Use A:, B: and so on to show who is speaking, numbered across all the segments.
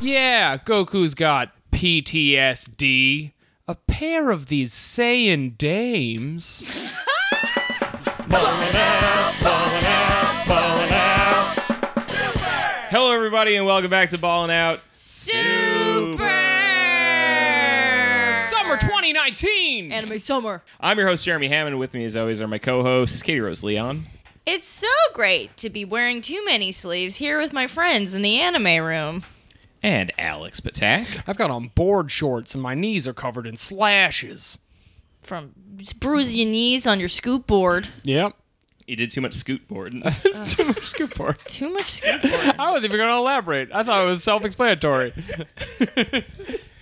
A: Yeah, Goku's got PTSD. A pair of these Saiyan dames. Hello, everybody, and welcome back to Ballin' Out Summer 2019.
B: Anime Summer.
A: I'm your host Jeremy Hammond. With me, as always, are my co-hosts Katie Rose Leon.
B: It's so great to be wearing too many sleeves here with my friends in the anime room.
A: And Alex Patak. I've got on board shorts and my knees are covered in slashes.
B: From just bruising your knees on your scoop board.
A: Yep.
C: You did too much scoot board.
A: Too much scoop for it.
B: Too much scoop board.
A: I wasn't even going to elaborate. I thought it was self explanatory.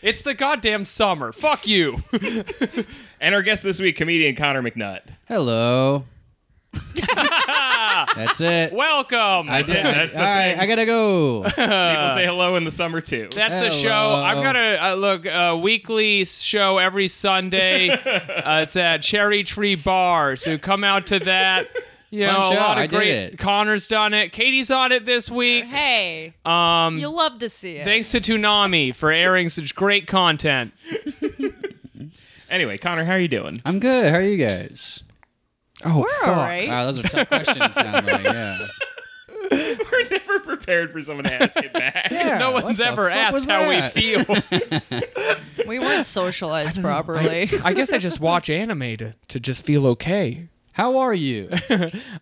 A: it's the goddamn summer. Fuck you.
C: and our guest this week, comedian Connor McNutt.
D: Hello. That's it.
A: Welcome.
D: I did.
C: that's the
D: All right, I gotta go.
A: Uh,
C: People say hello in the summer too.
A: That's the
D: Hello.
A: show. I've got a uh, look a weekly show every Sunday. uh, it's at Cherry Tree Bar, so come out to that. You know,
D: Fun
A: a
D: show.
A: lot of
D: I did
A: great.
D: it.
A: Connor's done it. Katie's on it this week.
B: Hey. Um You'll love to see it.
A: Thanks to Toonami for airing such great content.
C: Anyway, Connor, how are you doing?
D: I'm good. How are you guys?
A: Oh,
B: We're all right.
D: Wow, those are tough questions. sound like, yeah.
C: We're never prepared for someone to ask it back.
D: Yeah,
A: No
D: what
A: one's
D: the
A: ever
D: fuck was
A: asked how we
D: that?
A: feel.
B: We weren't socialized properly.
A: I guess I just watch anime to, to just feel okay.
D: How are you?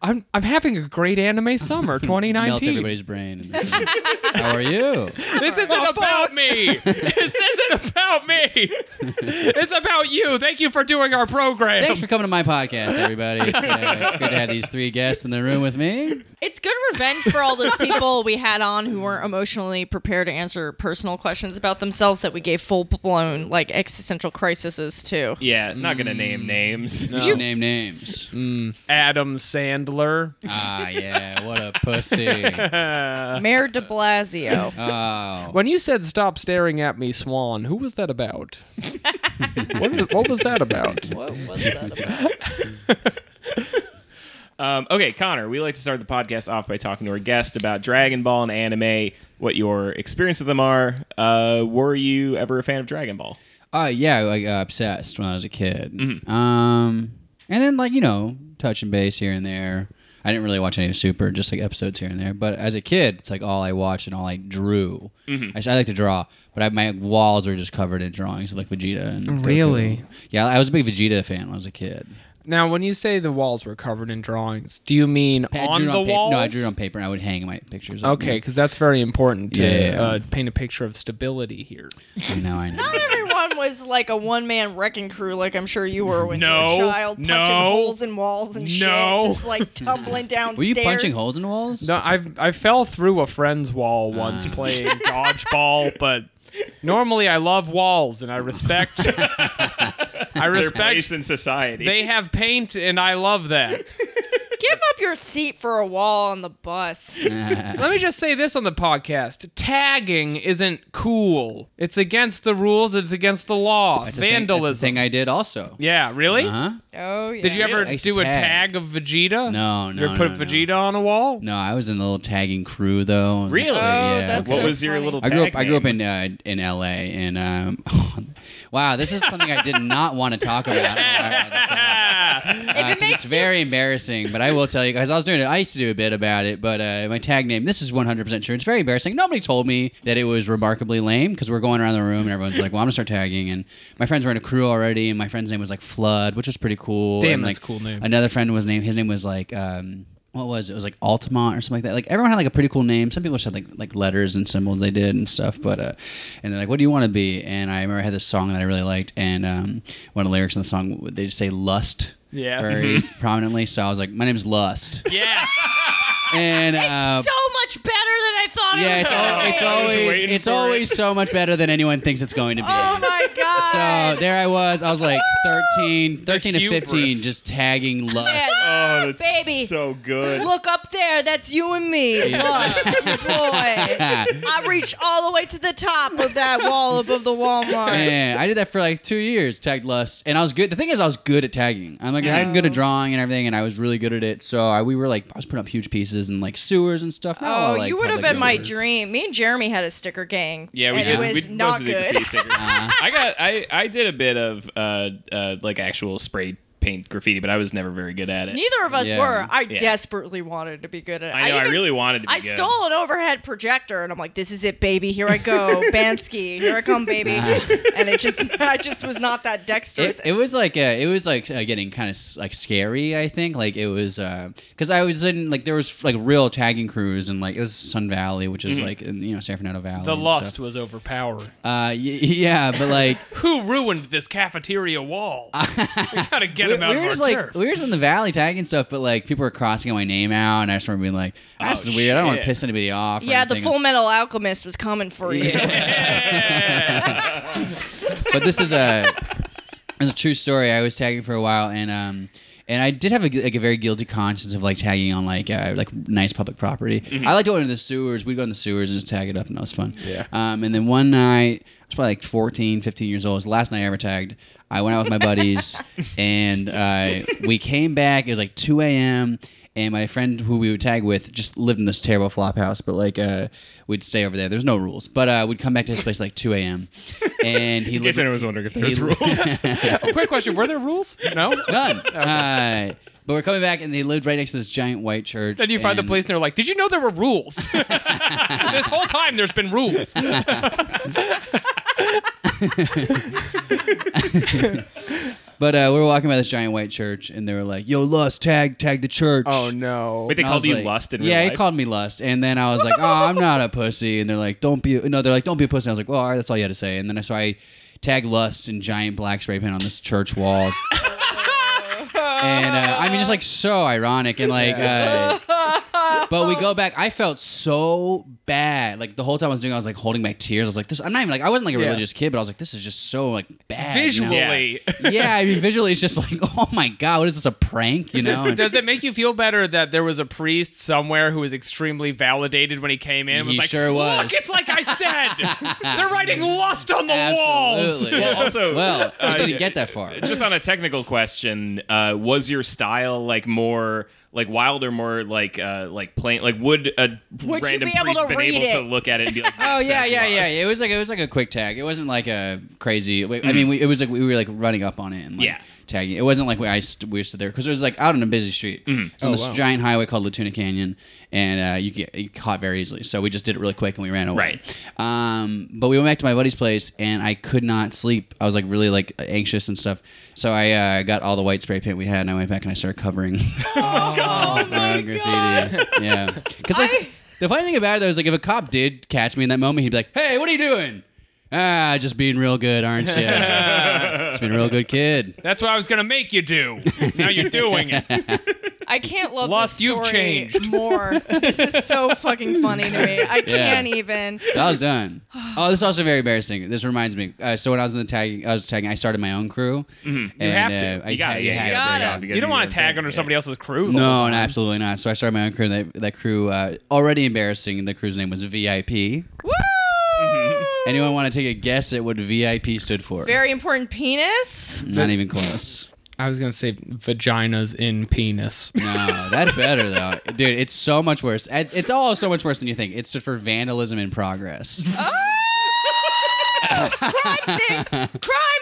A: I'm I'm having a great anime summer
D: Melt
A: 2019.
D: everybody's brain. in this room. How are you?
A: This isn't about me. This isn't about me. It's about you. Thank you for doing our program.
D: Thanks for coming to my podcast, everybody. It's, uh, it's good to have these three guests in the room with me.
B: it's good revenge for all those people we had on who weren't emotionally prepared to answer personal questions about themselves that we gave full blown like existential crises to.
C: Yeah, not gonna name names.
A: Mm.
D: You should name names. Mm.
A: Adam Sandler.
D: Ah, yeah. What a pussy.
B: Mayor de Blasio.
D: Oh.
A: When you said stop staring at me, Swan, who was that about? what, is, what was that about?
B: what was that about?
C: Um, okay, Connor, we like to start the podcast off by talking to our guest about Dragon Ball and anime, what your experience with them are. Uh, were you ever a fan of Dragon Ball?
D: Uh, yeah, like uh, obsessed when I was a kid.
A: Mm-hmm.
D: Um, and then like you know, touch and base here and there. I didn't really watch any of Super, just like episodes here and there. But as a kid, it's like all I watched and all I drew.
A: Mm-hmm.
D: I, s- I like to draw, but I, my walls are just covered in drawings of like Vegeta and Goku.
A: Really?
D: Yeah, I was a big Vegeta fan when I was a kid.
A: Now, when you say the walls were covered in drawings, do you mean
D: I
A: on
D: drew
A: the
D: it on paper.
A: walls?
D: No, I drew it on paper and I would hang my pictures. up.
A: Okay, because that's very important to
D: Yeah, yeah.
A: Uh, paint a picture of stability here.
D: I know, I know.
B: Not everyone was like a one man wrecking crew, like I'm sure you were when you were
A: No,
B: a child, punching
A: no,
B: holes in walls and
A: no.
B: shit, just like tumbling downstairs.
D: Were you punching holes in the walls?
A: No, I I fell through a friend's wall once playing dodgeball, but normally I love walls and I respect. I
C: Their place
A: respect.
C: in society.
A: They have paint, and I love that.
B: Give up your seat for a wall on the bus.
A: Let me just say this on the podcast: tagging isn't cool. It's against the rules. It's against the law.
D: That's Oh, a thing- that's a
A: Vandalism.
D: thing Uh-huh. I did also.
A: yeah, really?
D: Huh?
B: oh yeah.
A: Did you ever
D: Nice
A: do a
D: tag.
A: tag of Vegeta?
D: No,
A: You
D: no,
A: ever put
D: no, no.
A: Vegeta on a wall?
D: No, I was in a little tagging crew though.
C: Really? Oh,
D: yeah.
B: that's
C: what
B: so
C: was your
B: funny.
C: little?
D: I grew
C: tag
D: up. I grew up
C: name?
D: in uh, in L.A. and um, wow, this is something I did not want to talk about.
B: If it
D: It's
B: makes you,
D: very embarrassing, but I will tell you guys. I was doing it. I used to do a bit about it, but uh, my tag name. This is 100 percent true. It's very embarrassing. Nobody told me that it was remarkably lame because we're going around the room and everyone's like, "Well, I'm gonna start tagging." And my friends were in a crew already, and my friend's name was like Flood, which was pretty cool.
A: Damn,
D: and,
A: that's
D: like,
A: a cool name.
D: Another friend was named. His name was like. Um, what was it? It was like Altamont or something like that. Like everyone had like a pretty cool name. Some people just had like like letters and symbols they did and stuff. But uh, and they're like, "What do you want to be?" And I remember I had this song that I really liked, and um, one of the lyrics in the song they just say "lust."
A: Yeah. Mm-hmm.
D: Very prominently. So I was like, "My name's Lust,"
A: Yeah.
D: and uh,
B: so much better than I thought
D: yeah,
B: it
D: it's,
B: was.
D: al- it's
C: I was
D: always
C: waiting
D: it's
C: for it.
D: always so much better than anyone thinks it's going to be.
B: oh my god.
D: so there I was. I was like 13, 13 to
A: hubris.
D: 15, just tagging lust.
B: Yeah,
C: Oh, Oh, it's
B: Baby.
C: so good.
B: Look up there. That's you and me. Lost, boy. I reach all the way to the top of that wall above the Walmart.
D: Man, I did that for like two years, tagged lust, and I was good. The thing is, I was good at tagging. I'm like, I'm good at drawing and everything, and I was really good at it. So I, we were like, I was putting up huge pieces and like sewers and stuff. Not
B: Oh,
D: all, like,
B: you would have
D: public
B: been my
D: buildings.
B: dream. Me and Jeremy had a sticker gang.
C: Yeah, we
B: and
C: did.
B: It was
C: we
B: not
C: mostly did
B: good.
C: graffiti stickers. I got I I did a bit of uh, uh like actual spray paint graffiti, but I was never very good at it.
B: Neither of us
D: Yeah.
B: were. I
C: Yeah.
B: desperately wanted to be good at it.
C: I know, I really wanted to be
B: I
C: good.
B: stole an overhead projector and I'm like, this is it, baby. Here I go. Bansky. Here I come, baby. and it just, I just was not that dexterous.
D: It, it was like uh, it was like uh, getting kind of like scary. I think like it was because I was in like there was like real tagging crews and like it was Sun Valley, which
B: Mm.
D: is like in, you know San Fernando Valley.
A: The
D: and
A: lust
D: stuff.
A: was overpowering.
D: Uh, y- yeah, but like
A: Who ruined this cafeteria wall? we gotta get him out
D: we
A: of
D: were
A: our
D: just like
A: turf.
D: we were just in the valley tagging stuff, but like people were crossing my name out, and I just remember being like, "That's
C: Oh,
D: weird. I don't want
C: shit.
D: to piss anybody off." or
B: yeah, the
D: anything."
B: Full Metal Alchemist was coming for you.
D: but this is a it's a true story. I was tagging for a while, and um, and I did have a, gu- like a very guilty conscience of like tagging on like uh, like nice public property. I liked going to the sewers. We'd go in the sewers and just tag it up, and that was fun. Yeah. Um, and then one night, I was probably like 14, 15 years old. It was the last night I ever tagged. I went out with my buddies, and uh, we came back. It was like two a.m. And my friend who we would tag with just lived in this terrible flop house, but like uh, we'd stay over there. There's no rules, but uh, we'd come back to his place like 2 a.m. And he
C: In case
D: lived
C: anyone was wondering if there was
D: He-
C: rules.
A: Oh, quick question: Were there rules? No.
D: None. Uh, but we're coming back, and they lived right next to this giant white church.
A: Then you find the
D: and-
A: place, and they're like, "Did you know there were rules? this whole time, there's been rules."
D: But uh, we were walking by this giant white church, and they were like, "Yo, Lust, tag, tag the church."
A: Oh, no!
C: Wait, they
D: And I
C: called
D: was
C: you
D: like-
C: lust in
D: yeah,
C: real
D: he
C: life?
D: called me lust, and then I was like, "Oh, I'm not a pussy," and they're like, "Don't be," a-" no, they're like, "Don't be a pussy." And I was like, "Well, all right, that's all you had to say," and then I so I tagged lust in giant black spray paint on this church wall. And uh, I mean, just like so ironic, and like, uh, but we go back. I felt so bad, like the whole time I was doing, it, I was like holding back tears. I was like, "This." I'm not even like I wasn't like a
A: Yeah.
D: religious kid, but I was like, "This is just so like bad." you know?
A: Visually,
D: yeah. I mean, visually, it's just like, "Oh my god, what is this? A prank?" You know? And-
A: does it make you feel better that there was a priest somewhere who was extremely validated when he came in? and was
D: He
A: like,
D: sure was.
A: Look, it's like I said. they're writing lust on the walls.
D: Absolutely.
C: Well, also,
D: Well,
C: uh,
D: I didn't get that far.
C: just on a technical question, uh, was your style like more like wild or more like uh, like plain? Like would a
B: Would you
C: random
B: be able
C: priest
B: to
C: been
B: read
C: able to
B: it?
C: look at it and be like,
D: Oh
C: "That
D: yeah,
C: says
D: yeah, yeah.
C: lust."
D: It was like it was like a quick tag. It wasn't like a crazy. I mean, we, it was like we were like running up on it and like
C: Mm-hmm. Yeah.
D: tagging. It wasn't like we I st- we stood there because it was like out on a busy street.
C: Mm-hmm.
D: It's on
A: Oh,
D: this
A: wow.
D: giant highway called Latuna Canyon, and uh, you get you caught very easily. So we just did it really quick and we ran away.
C: Right.
D: Um, but we went back to my buddy's place and I could not sleep. I was like really like anxious and stuff. So I uh, got all the white spray paint we had and I went back and I started covering. my own graffiti. Yeah. Because like,
B: I-
D: the funny thing about it though is like if a cop did catch me in that moment, he'd be like, "Hey, what are you doing? Ah, just being real good, aren't you? just being a real good kid."
A: That's what I was gonna make you do. Now you're doing it.
B: I can't love
A: Lust,
B: this
A: you've
B: story
A: changed.
B: more. This is so fucking funny to me. I can't even.
D: That was done. Oh, this is also very embarrassing. This reminds me. Uh, so when I was in the tagging, I was tagging. I started my own crew. uh,
A: You have to.
D: I
C: You got it.
D: had-
C: Yeah,
D: had
C: you gotta
D: to.
B: gotta.
C: take it off. gotta
A: You don't
C: do
A: want
C: your
A: to tag
C: thing.
A: under
C: Yeah.
A: somebody else's crew. the whole
D: No,
A: time.
D: no, absolutely not. So I started my own crew. And that, that crew uh, already embarrassing. The crew's name was VIP.
B: Woo!
D: Anyone want to take a guess at what VIP stood for?
B: Very important penis.
D: not even close.
A: I was gonna say vaginas in penis.
D: No, that's better though, dude. It's so much worse. It- It's all so much worse than you think. It's stood for vandalism in
A: Uh,
D: progress.
B: Oh! Crime thing. Crime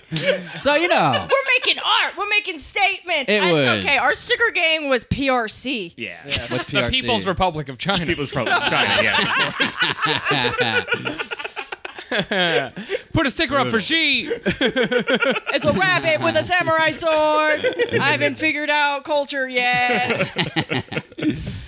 B: thing.
D: So you know,
B: We're making art. We're making statements.
D: It
B: That's
D: was-
B: okay. Our sticker gang was PRC.
C: Yeah.
D: what's
A: The
D: PRC?
A: People's Republic of China.
C: People's probably China. Yeah.
A: Put a sticker up for she.
B: It's a rabbit with a samurai sword. I haven't figured out culture yet.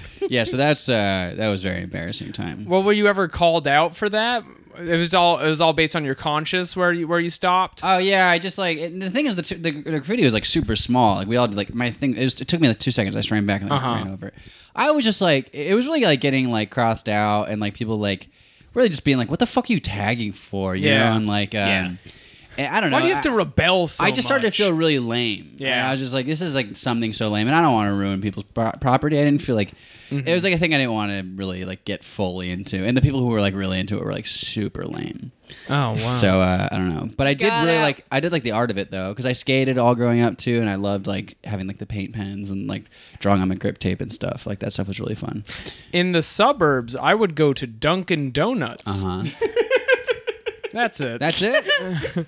D: yeah, so that's uh, that was very embarrassing time.
A: Well, were you ever called out for that? It was all it was all based on your conscience where you where you stopped.
D: Oh yeah, I just like and the thing is the, t- the the graffiti was like super small. Like we all did like my thing. It, was, it took me like two seconds. I just ran back and like,
A: Uh-huh.
D: ran over it. I was just like, it was really like getting like crossed out and like people like really just being like, "What the fuck are you tagging for?" You
A: Yeah.
D: know, and like um,
C: Yeah.
D: I don't know.
A: Why do you have
D: I-
A: to rebel so
D: I just started
A: much?
D: to feel really lame.
A: Yeah.
D: And I was just like, this is like something so lame, and I don't want to ruin people's pro- property. I didn't feel like it
A: Mm-hmm.
D: was like a thing I didn't want to really like get fully into, and the people who were like really into it were like super lame.
A: Oh wow.
D: So uh, I don't know, but I did
B: Got
D: really
B: it.
D: like I did like the art of it though, because I skated all growing up too, and I loved like having like the paint pens and like drawing on my grip tape and stuff. Like that stuff was really fun.
A: in the suburbs, I would go to Dunkin' Donuts.
D: Uh-huh.
A: That's it.
D: That's it.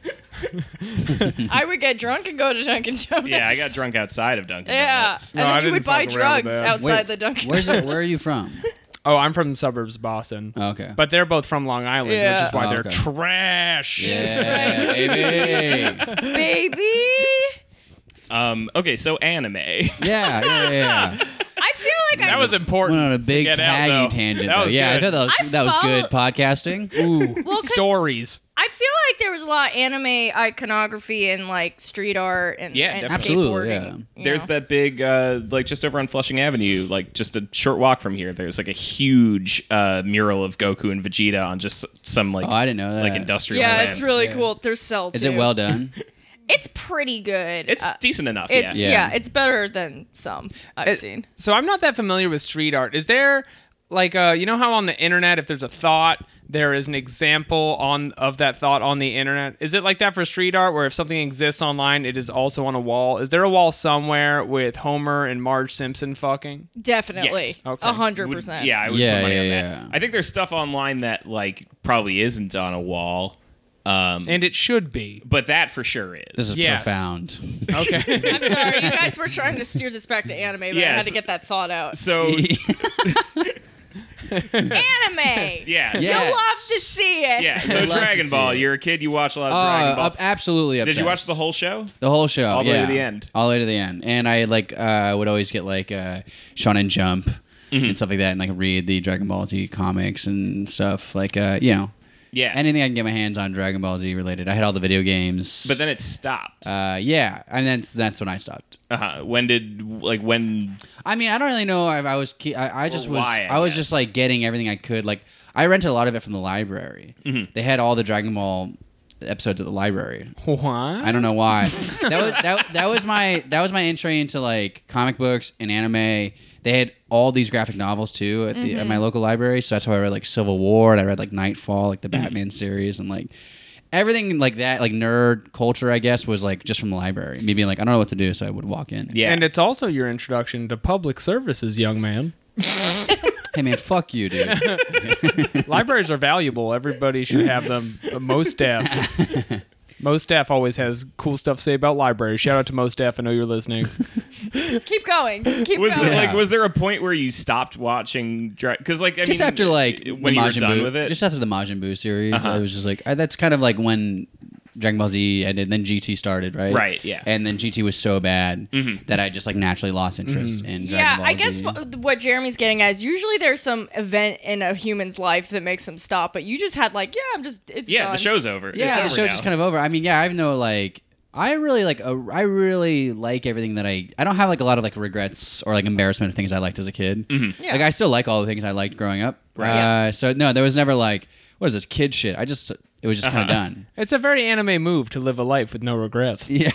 B: I would get drunk and go to Dunkin' Donuts.
C: Yeah, I got drunk outside of Dunkin'
B: Yeah,
C: Donuts.
A: No,
B: and
A: I
B: then you
A: didn't
B: would buy
A: fuck around with
B: drugs
A: that.
B: outside
D: Wait,
B: the Dunkin'
D: Where's it,
B: Donuts.
D: where are you from? Oh,
A: oh, I'm from the suburbs, of Boston.
D: Okay.
A: But they're both from Long Island,
B: Yeah.
A: which is why
D: Oh,
A: they're
D: okay.
A: trash.
D: yeah, baby.
B: Baby,
C: Um, okay, so anime.
D: Yeah, yeah, yeah.
B: I feel like I
A: That was important.
D: Went on a big
A: to get out,
D: tagging
A: though.
D: tangent.
A: That
D: though.
A: was good.
D: yeah, I thought that
B: I
D: was that was
B: follow-
D: good podcasting. Ooh,
B: well, 'cause
A: Stories.
B: I feel like there was a lot of anime iconography and like street art and
C: Yeah,
B: and
D: absolutely,
B: skateboarding, you
C: There's
B: know?
C: that big, uh, like just over on Flushing Avenue, like just a short walk from here. There's like a huge uh, mural of Goku and Vegeta on just some like
D: Oh, I didn't know that.
C: like industrial.
B: Yeah,
C: lands.
B: it's really
D: yeah.
B: cool. There's cell.
D: is it
B: too.
D: well done?
B: It's pretty good.
C: It's
B: Uh,
C: decent enough.
B: it's
C: yeah.
B: yeah.
D: Yeah.
B: it's better than some I've seen.
A: So I'm not that familiar with street art. Is there like uh you know how on the internet if there's a thought there is an example on of that thought on the internet is it like that for street art where if something exists online it is also on a wall is there a wall somewhere with homer and marge simpson fucking
B: Definitely,
C: Yes.
A: Okay.
B: a hundred
C: Would-
B: percent.
C: yeah, I would
D: Yeah,
C: put money
D: yeah,
C: on
D: yeah.
C: that. I think there's stuff online that like probably isn't on a wall, um,
A: and it should be
C: but that for sure is.
D: This is
A: Yes.
D: profound.
A: okay
B: I'm sorry, you guys were trying to steer this back to anime, but I had
C: Yes.
B: to get that thought out.
C: so
B: Anime.
C: yeah,
D: Yeah.
B: You'll love to see it.
C: yeah.
D: I'd
C: So
D: love to
C: Dragon
D: see
C: Ball,
D: it.
C: you're a kid, you watch a lot of
D: Oh,
C: Dragon Ball.
D: ab- absolutely.
C: Did you watch
D: obsessed.
C: the whole show?
D: The whole show,
C: All the way to
D: yeah.
C: the end.
D: all the way to the end. And I like uh, would always get like uh, Shonen Jump
C: Mm-hmm.
D: and stuff like that, and like read the Dragon Ball Z comics and stuff. Like uh, you know,
C: Yeah,
D: anything I can get my hands on Dragon Ball Z related. I had all the video games,
C: but then it stopped.
D: uh, yeah, and then that's when I stopped.
C: Uh-huh. When did like when?
D: I mean, I don't really know. if I was, ke- I, I just was,
C: why, I
D: I was
C: guess.
D: just like getting everything I could. Like I rented a lot of it from the library.
C: Mm-hmm.
D: They had all the Dragon Ball episodes at the library. I
A: what
D: don't know why. that was that, that was my that was my entry into like comic books and anime. They had all these graphic novels too at, the, at my local library, so that's how I read like Civil War and I read like Nightfall, like the Batman series, and like everything like that, like nerd culture, I guess, was like just from the library. Me being like, I don't know what to do, so I would walk in.
C: Yeah,
A: and it's also your introduction to public services young man
D: Hey man, fuck you, dude.
A: libraries are valuable everybody should have them Uh, most staff most staff always has cool stuff to say about libraries shout out to most staff i know you're listening
B: Just keep going. Just keep
C: was
B: going.
C: there, like was there a point where you stopped watching because like I
D: just
C: mean,
D: after like the
C: when you were
D: Majin
C: done
D: Buu,
C: with it Uh-huh.
D: just after the Majin Buu series, I was just like, I, that's kind of like when Dragon Ball Z ended, then GT started, right?
C: Right, yeah. Mm-hmm.
D: And then GT was so bad that I just like naturally lost interest in.
B: yeah,
D: Dragon Ball
B: I guess
D: Z.
B: what, what Jeremy's getting at is usually there's some event in a human's life that makes them stop, but you just had like, yeah, I'm just it's
C: yeah
B: done.
C: the show's over
D: yeah, the
C: it's
D: show's just kind of over. I mean, yeah, I've no like. I really like. A, I really like everything that I. I don't have like a lot of like regrets or like embarrassment of things I liked as a kid.
B: Yeah.
D: Like I still like all the things I liked growing up.
C: Mm-hmm. Right.
D: Uh,
C: Yeah.
D: So no, there was never like what is this kid shit. I just it was just kind of
C: Uh-huh.
D: done.
A: It's a very anime move to live a life with no regrets.
D: Yeah.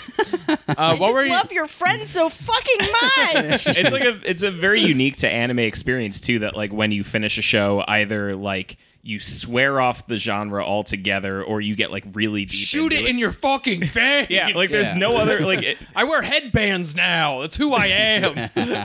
A: Uh, what
B: just
A: were you?
B: love your friend so fucking much.
C: it's like a it's a very unique to anime experience too that like when you finish a show either like you swear off the genre altogether or you get like really deep into
A: your fucking face.
C: yeah like there's
D: Yeah.
C: no other like it,
A: I wear headbands now. It's who I am.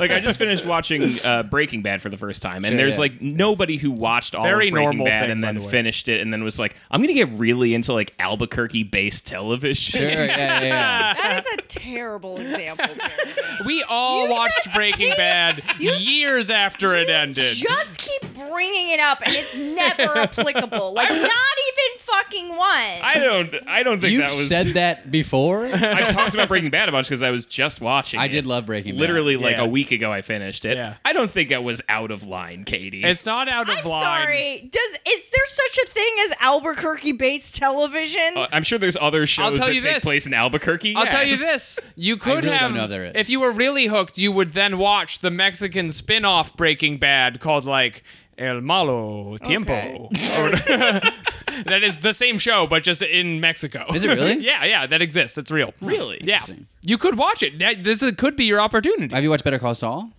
C: like I just finished watching uh, Breaking Bad for the first time, and
D: Sure,
C: there's
D: yeah.
C: like nobody who watched all
A: Very
C: of Breaking
A: normal
C: Bad
A: thing,
C: and
A: by
C: then
A: the way.
C: finished it, and then was like, I'm gonna get really into like Albuquerque-based television.
D: Sure. Yeah. Yeah. yeah.
B: that is a terrible example, Jeremy.
A: we all
B: You
A: watched
B: just
A: Breaking
B: keep-
A: Bad years after it ended.
B: Just keep bringing it up, and it's never applicable. Like not even fucking once.
C: I don't. I don't think
D: You've
C: that was.
D: said that before.
C: I talked about Breaking Bad a bunch because I was just watching.
D: I
C: it.
D: did love Breaking Bad.
C: Literally, like
A: Yeah.
C: a week ago, I finished it.
A: Yeah.
C: I don't think that was out of line, Katie.
A: It's not out of
B: I'm
A: line.
B: sorry. Does is there such a thing as Albuquerque-based television?
C: Uh, I'm sure there's other shows
A: tell
C: that
A: you
C: take
A: this.
C: place in Albuquerque.
A: I'll tell you
C: yes.
A: this: you could
D: really don't
A: have,
D: know if there is.
A: if you were really hooked, you would then watch the Mexican spin-off Breaking Bad called like El Malo Tiempo. that is the same show, but just in Mexico.
D: Is it really?
A: yeah, yeah, that exists. That's real.
C: Really?
A: Yeah.
D: Interesting.
A: You could watch it. That- This is- could be your opportunity.
D: Have you watched Better Call Saul?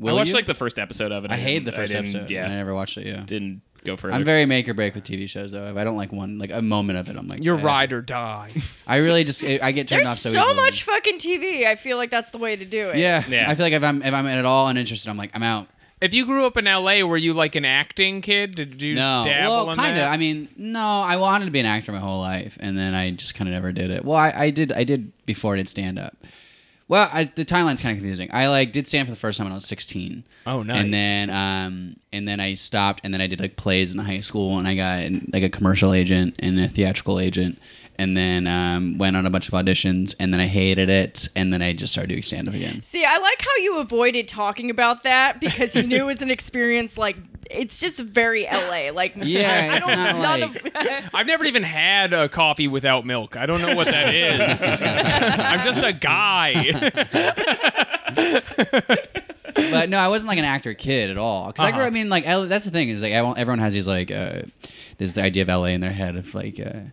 D: Will
C: I watched
D: you?
C: like the first episode of it.
D: I hated the
C: didn't-
D: first
C: didn't-
D: episode. Yeah, I
C: Yeah,
D: never watched it. Yeah,
C: didn't go further.
D: I'm very make or break with TV shows though. If I don't like one, like a moment of it, I'm like
A: You're
D: eh.
A: ride or die.
D: I really just I I get turned off
B: There's so,
D: so, easily.
B: much fucking TV. I feel like that's the way to do it.
D: Yeah.
C: Yeah.
D: I feel like if I'm if I'm at all uninterested, I'm like I'm out.
A: if you grew up in LA, were you like an acting kid? Did you
D: No,
A: dabble
D: well,
A: in
D: kind of.
A: that?
D: I mean, no, I wanted to be an actor my whole life, and then I just kind of never did it. Well, I, I did. I did before I did stand up. Well, I, the timeline's kind of confusing. I like did stand up for the first time when I was 16.
A: Oh, nice.
D: And then, um, and then I stopped, and then I did like plays in high school, and I got like a commercial agent and a theatrical agent, and then um, went on a bunch of auditions, and then I hated it, and then I just started doing stand up again.
B: See, I like how you avoided talking about that because you knew it was an experience like it's just very LA. Like
D: Yeah, it's not
B: none
D: like-
B: of-
A: I've never even had a coffee without milk. I don't know what that is. I'm just a guy.
D: but no, I wasn't like an actor kid at all. Because I grew
A: Uh-huh.
D: up. I mean, like L- that's the thing is like I won't- everyone has these like uh, this idea of LA in their head of like uh,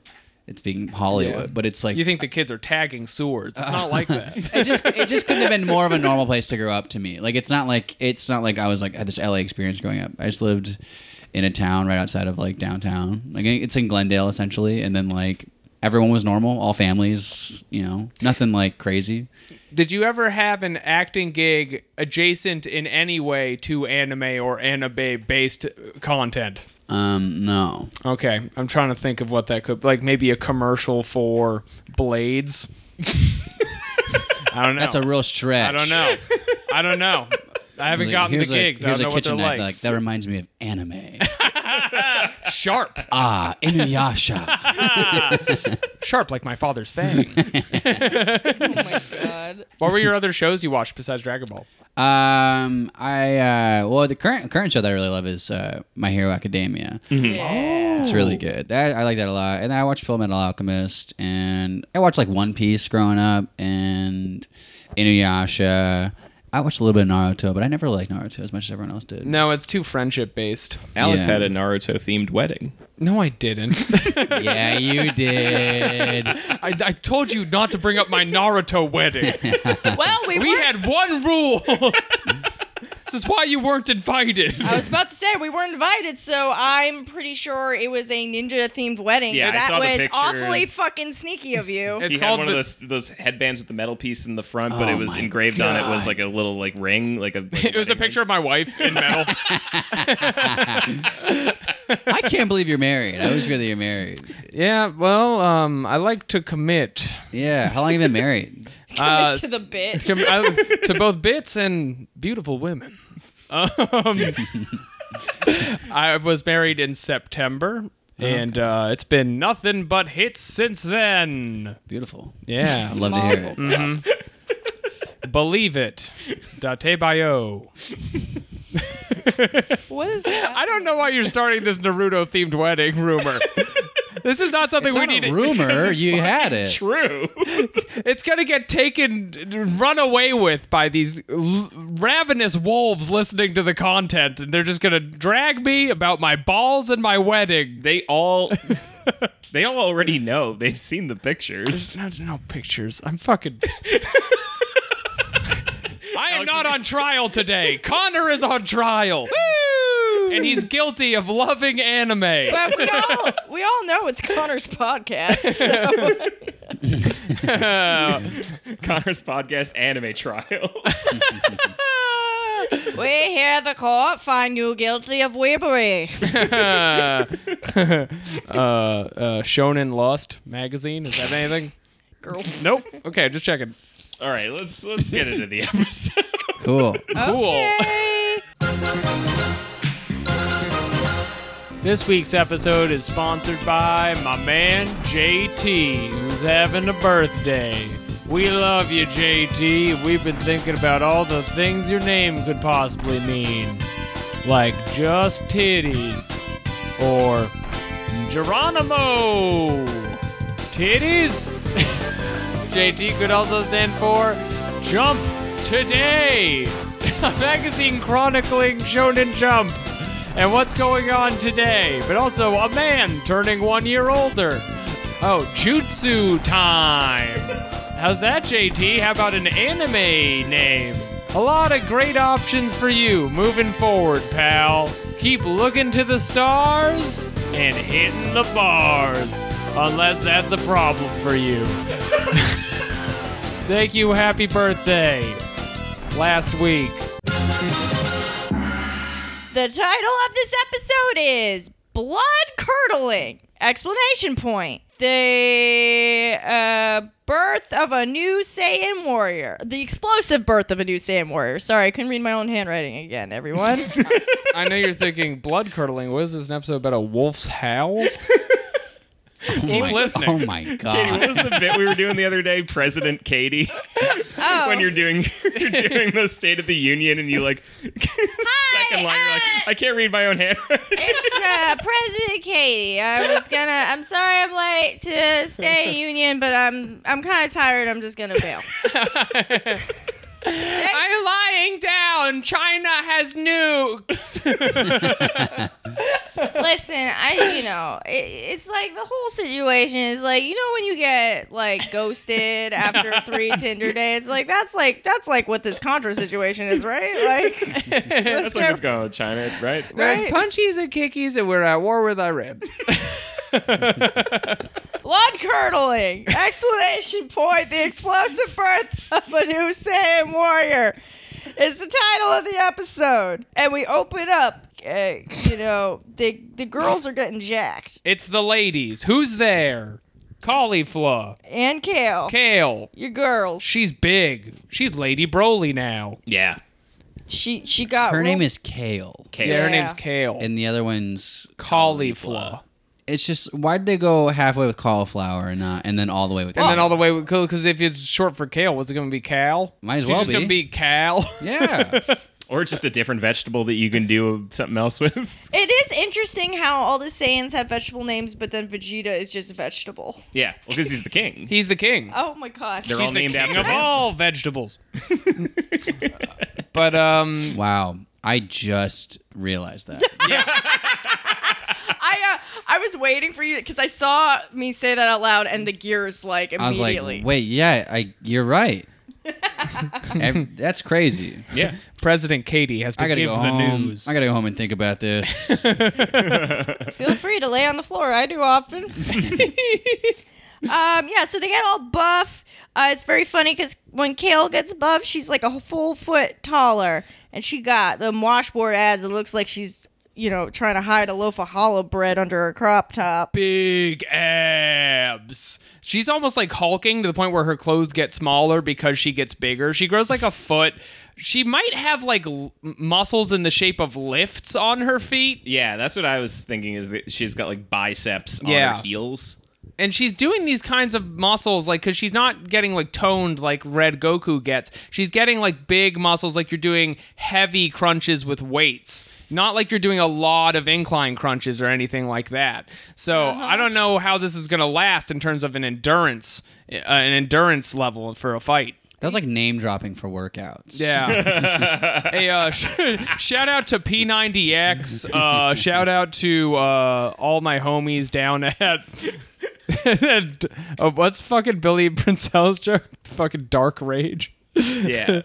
D: it's being Hollywood, but it's like
A: You think the kids are tagging swords? It's not like that.
D: it just it just couldn't have been more of a normal place to grow up to me. Like it's not like it's not like I was like had this LA experience growing up. I just lived in a town right outside of like downtown. Like it's in Glendale essentially, and then like everyone was normal, all families, you know, nothing like crazy.
A: Did you ever have an acting gig adjacent in any way to anime or anime based content?
D: Um, no,
A: Okay, I'm trying to think of what that could like maybe a commercial for blades. Oh. I don't know.
D: that's a real stretch.
A: I don't know. I don't know. I haven't
D: Like,
A: gotten the
D: here's a-
A: gigs. I
D: here's
A: don't know
D: a
A: what they're
D: kitchen
A: like.
D: knife. Like that reminds me of anime.
A: Sharp.
D: Ah, Inuyasha.
A: Sharp like my father's fang.
B: oh my god.
A: what were your other shows you watched besides Dragon Ball?
D: um, I uh, well, the current current show that I really love is uh, My Hero Academia.
A: Mm-hmm.
D: It's really good. That I like that a lot. And I watch Full Metal Alchemist, and I watched like One Piece growing up, and Inuyasha. I watched a little bit of Naruto, but I never liked Naruto as much as everyone else did.
A: No, it's too friendship based.
C: Alex
D: Yeah.
C: had a Naruto themed wedding.
A: No, I didn't.
D: Yeah, you did.
A: I, I told you not to bring up my Naruto wedding.
B: Well, we,
A: We
B: weren't.
A: had one rule. this is why you weren't invited.
B: I was about to say we weren't invited, so I'm pretty sure it was a ninja themed wedding.
C: Yeah, I
B: that
C: saw the
B: was awfully
C: pictures.
B: fucking sneaky of you.
A: It's
C: he had
A: called
C: one
A: the-
C: of those those headbands with the metal piece in the front, but
D: Oh
C: it was
D: my
C: engraved on it was like a little like ring, like a. like
A: It was a
C: wedding ring.
A: picture of my wife in metal.
D: I can't believe you're married. I always hear that you're married.
A: yeah, well, um, I like to commit
D: Yeah. How long have you been married?
A: uh,
B: to the bit.
A: Com- I- to both bits and beautiful women. Um, I was married in September, and uh, it's been nothing but hits since then.
D: Beautiful.
A: Yeah,
D: I'd love to hear it.
A: believe it. Date bio.
B: What is that?
A: I don't know why you're starting this Naruto themed wedding rumor. This is not something
D: It's
A: we
D: not
A: need.
D: a
A: to-
D: rumor. You had it.
C: True.
A: It's gonna get taken, run away with by these l- ravenous wolves listening to the content, and they're just gonna drag me about my balls and my wedding.
C: they all. They all already know. They've seen the pictures.
A: No, no pictures. I'm fucking. I am not on trial today. Connor is on trial, and he's guilty of loving anime.
B: But we all we all know it's Connor's podcast. So.
C: Connor's podcast anime trial.
B: we hear the court find you guilty of weebery.
A: Uh, Shonen Lust magazine. Is that anything?
B: Girl.
A: Nope. Okay, just checking.
C: all right, let's let's get into the episode.
D: Cool.
A: Cool.
B: Yay.
A: This week's episode is sponsored by my man JT, who's having a birthday. We love you, JT. We've been thinking about all the things your name could possibly mean, like just titties or Geronimo. Titties? JT could also stand for Jump Today, a magazine chronicling Shonen Jump and what's going on today, but also a man turning one year older. Oh, jutsu time. How's that, JT? How about an anime name? A lot of great options for you moving forward, pal. Keep looking to the stars and hitting the bars, unless that's a problem for you. Thank you. Happy birthday. Last week.
B: The title of this episode is Blood Curdling! Explanation point. The uh, birth of a new Saiyan warrior. The explosive birth of a new Saiyan warrior. Sorry, I couldn't read my own handwriting again, everyone.
A: I know you're thinking blood curdling. What is this an episode about a wolf's howl?
D: Keep
A: listening.
D: Oh my
C: Katie,
D: god.
C: what was the bit we were doing the other day? President Katie.
A: Oh.
C: when
B: Oh,
C: you're doing you're doing the State of the Union and you like second line, you're like, I can't read my own handwriting.
B: uh, it's uh, President Katie. I was gonna. I'm sorry I'm late to stay at Union, but I'm I'm kind of tired. I'm just gonna bail.
A: I'm lying down. China has nukes.
B: Listen, I you know it, it's like the whole situation is like you know when you get like ghosted after three Tinder days, like that's like that's like what this Contra situation is, right? Like
C: That's like what's going on with China, right?
A: There's
B: Right.
A: punchies and kickies, and we're at war with Iran.
B: blood curdling explanation point: the explosive birth of a new Saiyan warrior is the title of the episode, and we open up. Uh, you know the the girls are getting jacked
A: It's the ladies. Who's there? Cauliflower.
B: and Kale.
A: Kale.
B: Your girls.
A: She's big. She's Lady Broly now.
C: Yeah.
B: She she got
D: Her name is Kale,
C: Katie.
A: Yeah, her
B: Yeah.
A: name's Kale.
D: and the other one's
A: Cauliflower.
D: It's just why'd they go halfway with cauliflower and not, and then all the way with
A: And then all the way because if it's short for Kale, what's it going to be? Cal.
D: Might as
A: She's
D: well
A: just
D: be.
A: gonna be Cal.
D: yeah.
C: Or it's just a different vegetable that you can do something else with.
B: It is interesting how all the Saiyans have vegetable names, but then Vegeta is just a vegetable.
C: Yeah. Well, because he's the king.
A: He's the king.
B: Oh my gosh.
C: They're
A: He's
C: all
A: the
C: named
A: king
C: after
A: of
C: him.
A: all vegetables. but um,
D: wow. I just realized that.
B: I uh, I was waiting for you because I saw me say that out loud, and the gears like
D: I was like,
B: immediately.
D: wait, yeah, I you're right. Ev- That's crazy.
C: Yeah.
A: President Katie has to
D: I gotta
A: give
D: go
A: the
D: home.
A: news.
D: I gotta go home and think about this.
B: Feel free to lay on the floor. I do often. um, yeah, so they get all buff. Uh, it's very funny because when Kale gets buff, she's like a full foot taller, and she got the washboard abs. It looks like she's you know trying to hide a loaf of hollow bread under her crop top.
A: Big abs. She's almost like hulking to the point where her clothes get smaller because she gets bigger. She grows like a foot. She might have like l- muscles in the shape of lifts on her feet,
C: Yeah, that's what I was thinking is that she's got like biceps on
A: Yeah.
C: her heels.
A: and she's doing these kinds of muscles like because she's not getting like toned like Red Goku gets. She's getting like big muscles, like you're doing heavy crunches with weights, not like you're doing a lot of incline crunches or anything like that. So I don't know how this is gonna last in terms of an endurance, uh, an endurance level for a fight.
D: That was like name dropping for workouts.
A: Yeah. hey, uh, sh- shout out to P90X. Uh, shout out to uh, all my homies down at. and, uh, what's fucking Billy Princel's joke? Fucking Dark Rage.
C: Yeah.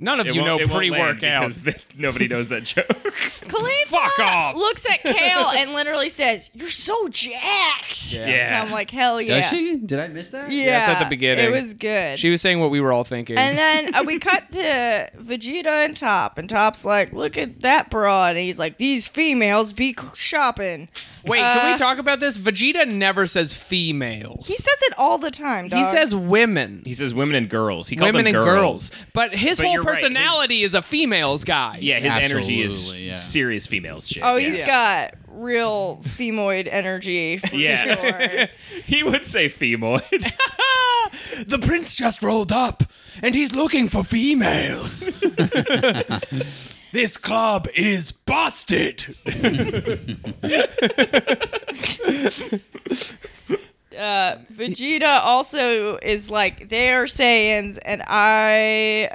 A: None of
C: It
A: you know
C: won't- it won't
A: pre
C: land
A: workout.
C: because th- Nobody knows that joke.
B: Khalifa
A: Fuck off.
B: uh, looks at Kale and literally says, "You're so jacked." And
C: Yeah.
B: I'm like, "Hell yeah!"
D: Does she? Did I miss that?
B: Yeah,
A: it's at the beginning.
B: It was good.
A: She was saying what we were all thinking.
B: and then uh, we cut to Vegeta and Top, and Top's like, "Look at that broad," and he's like, "These females be c- shopping."
A: Wait, can
B: uh,
A: we talk about this? Vegeta never says females.
B: He says it all the time. Dog.
A: he says women.
C: He says women and girls. He called
A: Women
C: them
A: and girls.
C: girls.
A: But his
C: But
A: whole
C: you're right, his-
A: personality is a females guy.
C: Yeah, his energy is
D: Absolutely, yeah.
C: serious female shit.
B: "Oh,
C: yeah.
B: he's got real femoid energy." For
C: Yeah.
B: sure.
C: he would say femoid.
A: The prince just rolled up and he's looking for females. this club is busted.
B: Vegeta also is like they are Saiyans and I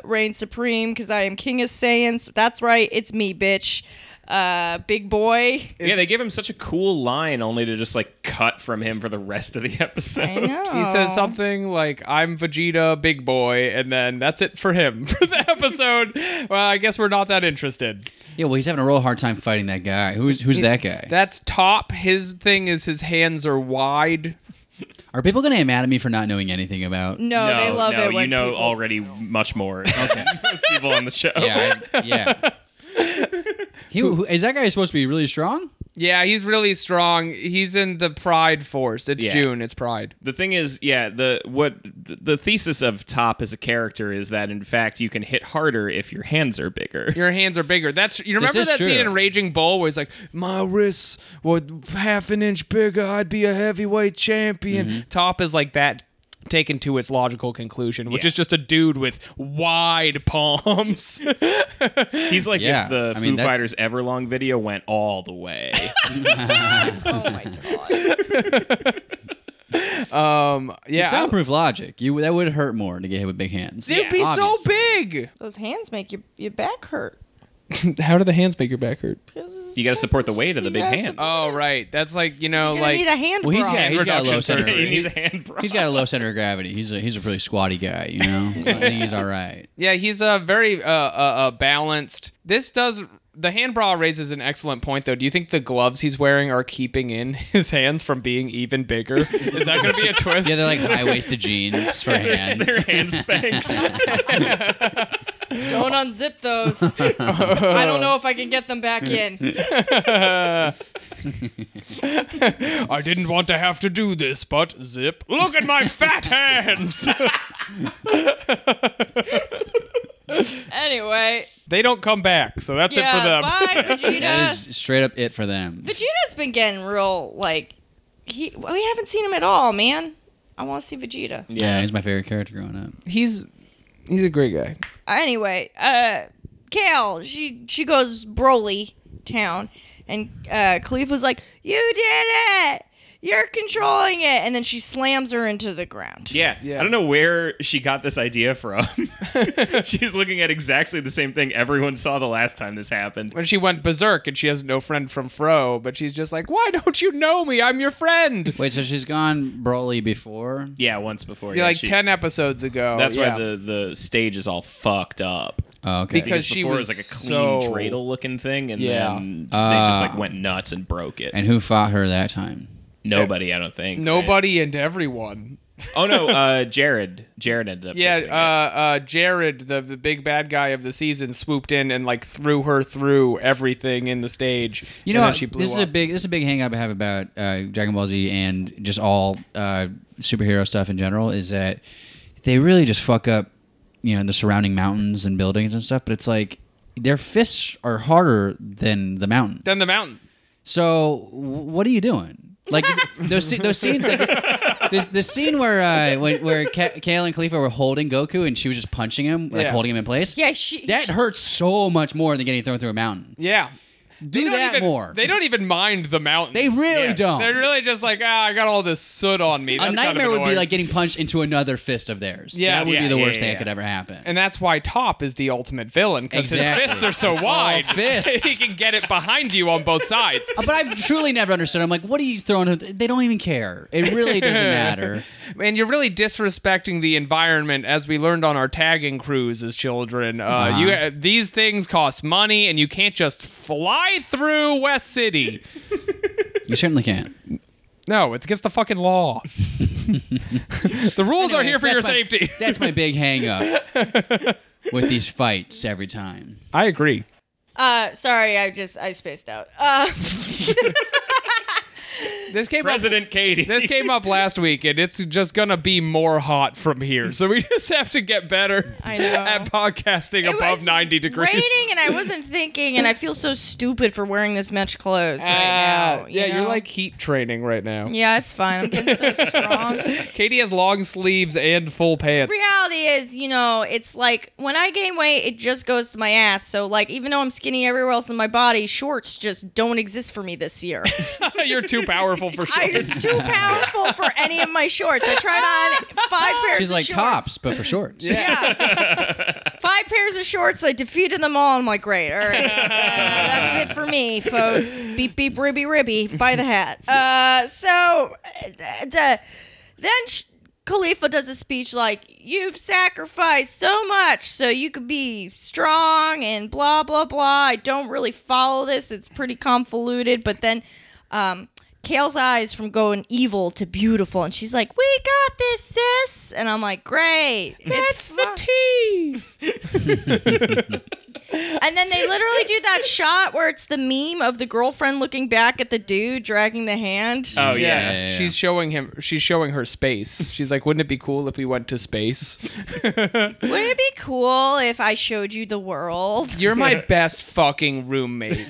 B: uh, reign supreme because I am king of Saiyans. That's right, it's me, bitch. uh, big boy.
C: yeah, they give him such a cool line only to just like cut from him for the rest of the episode.
B: I know.
A: He says something like, I'm Vegeta, big boy, and then that's it for him for the episode. well, I guess we're not that interested.
D: Yeah, well, he's having a real hard time fighting that guy. Who's who's that guy?
A: That's top. His thing is his hands are wide.
D: Are people gonna get mad at me for not knowing anything about?
B: No,
C: no,
B: they love
C: no,
B: it when
C: you know
B: people-
C: already much more than most people on the show.
D: Yeah, I- yeah. He, who, is that guy supposed to be really strong?
A: Yeah, he's really strong. He's in the Pride Force. It's
C: Yeah.
A: June. It's Pride.
C: The thing is, yeah, the what the thesis of Top as a character is that in fact you can hit harder if your hands are bigger.
A: Your hands are bigger. That's you
D: This
A: remember
D: is
A: that scene
D: true.
A: in Raging Bull where he's like, "My wrists were half an inch bigger. I'd be a heavyweight champion." Top is like that, taken to its logical conclusion, which
C: Yeah.
A: is just a dude with wide palms.
C: He's like
D: Yeah,
C: if the
D: I
C: Foo
D: mean, that's-
C: Fighters Everlong video went all the way.
B: Oh my god.
A: yeah,
D: It's soundproof logic. You that would hurt more to get hit with big hands.
A: They'd be so
D: Obviously.
A: big.
B: Those hands make your, your back hurt.
A: How do the hands make your back hurt?
B: 'Cause it's
C: You gotta
B: like-
C: support the weight of the
B: you
C: big
B: gotta
C: hand.
B: support-
A: Oh right, that's like you know
B: You're gonna
A: like
B: need a hand
D: Well, he's
B: bra.
D: got he's got a low
A: Reduction
D: center.
A: surgery.
C: he
D: He,
C: needs a hand prop.
D: has got a low center of gravity. He's a he's a pretty squatty guy. You know, I think he's all right.
A: yeah, he's a very uh, uh, uh balanced. This does the hand bra raises an excellent point though. Do you think the gloves he's wearing are keeping in his hands from being even bigger? Is that going to be a twist?
D: Yeah, they're like high waisted jeans for hands.
C: Their hands thanks.
B: Don't unzip those. I don't know if I can get them back in.
A: I didn't want to have to do this, but zip. Look at my fat hands.
B: Anyway,
A: they don't come back, so that's it for
B: yeah.
A: them.
B: Bye,
D: That
B: Vegeta.
D: is straight up it for them.
B: Vegeta's been getting real like he. We haven't seen him at all, man. I want to see Vegeta.
D: Yeah, he's my favorite character growing up.
A: He's he's a great guy.
B: anyway, uh, Kale, she she goes Broly town, and uh, Cleve was like, "You did it! You're controlling it!" And then she slams her into the ground.
C: Yeah.
A: Yeah.
C: I don't know where she got this idea from. She's looking at exactly the same thing everyone saw the last time this happened.
A: When she went berserk and she has no friend from Fro, but she's just like, "Why don't you know me? I'm your friend."
D: Wait, so she's gone Broly before?
C: Yeah, once before.
A: Yeah,
C: yeah,
A: like
C: she-
A: ten episodes ago.
C: That's
A: Oh, yeah.
C: why the the stage is all fucked up.
D: Oh, okay.
A: Because- she
C: before
A: was
C: it was like a clean
A: so-
C: dreidel looking thing, and
A: Yeah.
C: then they just like went nuts and broke it.
D: Uh, and who fought her that time?
C: Nobody, I don't think.
A: nobody and everyone.
C: oh no, uh, Jared. Jared ended up.
A: Yeah,
C: fixing
A: uh,
C: it.
A: uh, Jared, the the big bad guy of the season, swooped in and like threw her through everything in the stage. and
D: You know,
A: then she blew
D: this
A: up.
D: is a big this is a big hang up I have about uh, Dragon Ball Z and just all uh, superhero stuff in general is that they really just fuck up, you know, the surrounding mountains and buildings and stuff. But it's like their fists are harder than the mountain.
A: then the mountain.
D: So wh- what are you doing? Like those sce- those scenes, like, this the scene where uh, when, where Ka- Kale and Khalifa were holding Goku and she was just punching him, like
A: Yeah.
D: holding him in place.
B: Yeah, she.
D: that hurts so much more than getting thrown through a mountain.
A: Yeah.
D: Do
A: don't
D: that
A: even-
D: more.
A: They don't even mind the mountain.
D: They really
C: Yeah.
D: don't.
A: They're really just like, ah, I got all this soot on me. That's
D: a
A: kind of
D: nightmare would be
A: annoying."
D: like getting punched into another fist of theirs.
A: Yeah.
D: that would
C: Yeah,
D: be the
C: yeah, yeah,
D: worst thing
C: yeah.
D: that could ever happen.
A: And that's why Top is the ultimate villain because
D: Exactly.
A: his fists are so
D: It's all
A: wide.
D: fists.
A: he can get it behind you on both sides.
D: Uh, but I've truly never understood. I'm like, what are you throwing? at- They don't even care. It really doesn't matter.
A: and you're really disrespecting the environment as we learned on our tagging cruise as children uh, you uh, these things cost money and you can't just fly through west city
D: You certainly can't.
A: no it's against the fucking law the rules are
D: Anyway,
A: here for your
D: that's my-
A: safety
D: That's my big hang up with these fights every time.
A: i agree
B: Uh, sorry, I just I spaced out. Uh,
A: this came up
C: President Katie.
A: this came up last week and it's just gonna be more hot from here so we just have to get better
B: I know.
A: at podcasting
B: It
A: above
B: was
A: 90 degrees
B: Raining, and I wasn't thinking, and I feel so stupid for wearing this much clothes right
A: Ah,
B: now. you
A: yeah, you're
B: know?
A: like heat training right now.
B: Yeah, it's fine. I'm getting so strong.
A: Katie has long sleeves and full pants.
B: reality is, you know, it's like when I gain weight, it just goes to my ass. So, like, even though I'm skinny everywhere else in my body, shorts just don't exist for me this year.
A: You're too powerful for
B: I
A: shorts.
B: was too powerful for any of my shorts. I tried on five pairs
D: She's
B: of
D: like
B: shorts.
D: tops, but for shorts.
B: Five pairs of shorts. I defeated them all. I'm like, great. All right. Uh, that's it for me, folks. Beep, beep, ribby, ribby. Buy the hat. Uh, so uh, d- d- then sh- Khalifa does a speech like, you've sacrificed so much so you could be strong and blah, blah, blah. I don't really follow this. It's pretty convoluted. But then. Um, Kale's eyes from going evil to beautiful, and she's like, "We got this, sis." And I'm like, "Great, it's the
A: tea.
B: And then they literally do that shot where it's the meme of the girlfriend looking back at the dude dragging the hand.
A: Yeah.
C: Oh yeah.
D: yeah, yeah.
A: she's showing him. She's showing her space. She's like, "Wouldn't it be cool if we went to space?
B: Would it be cool if I showed you the world?
A: You're my best fucking roommate."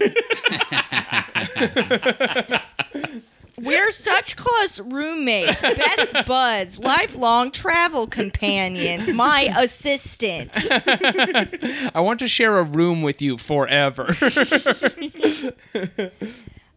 B: We're such close roommates, best buds, lifelong travel companions, my assistant.
A: I want to share a room with you forever.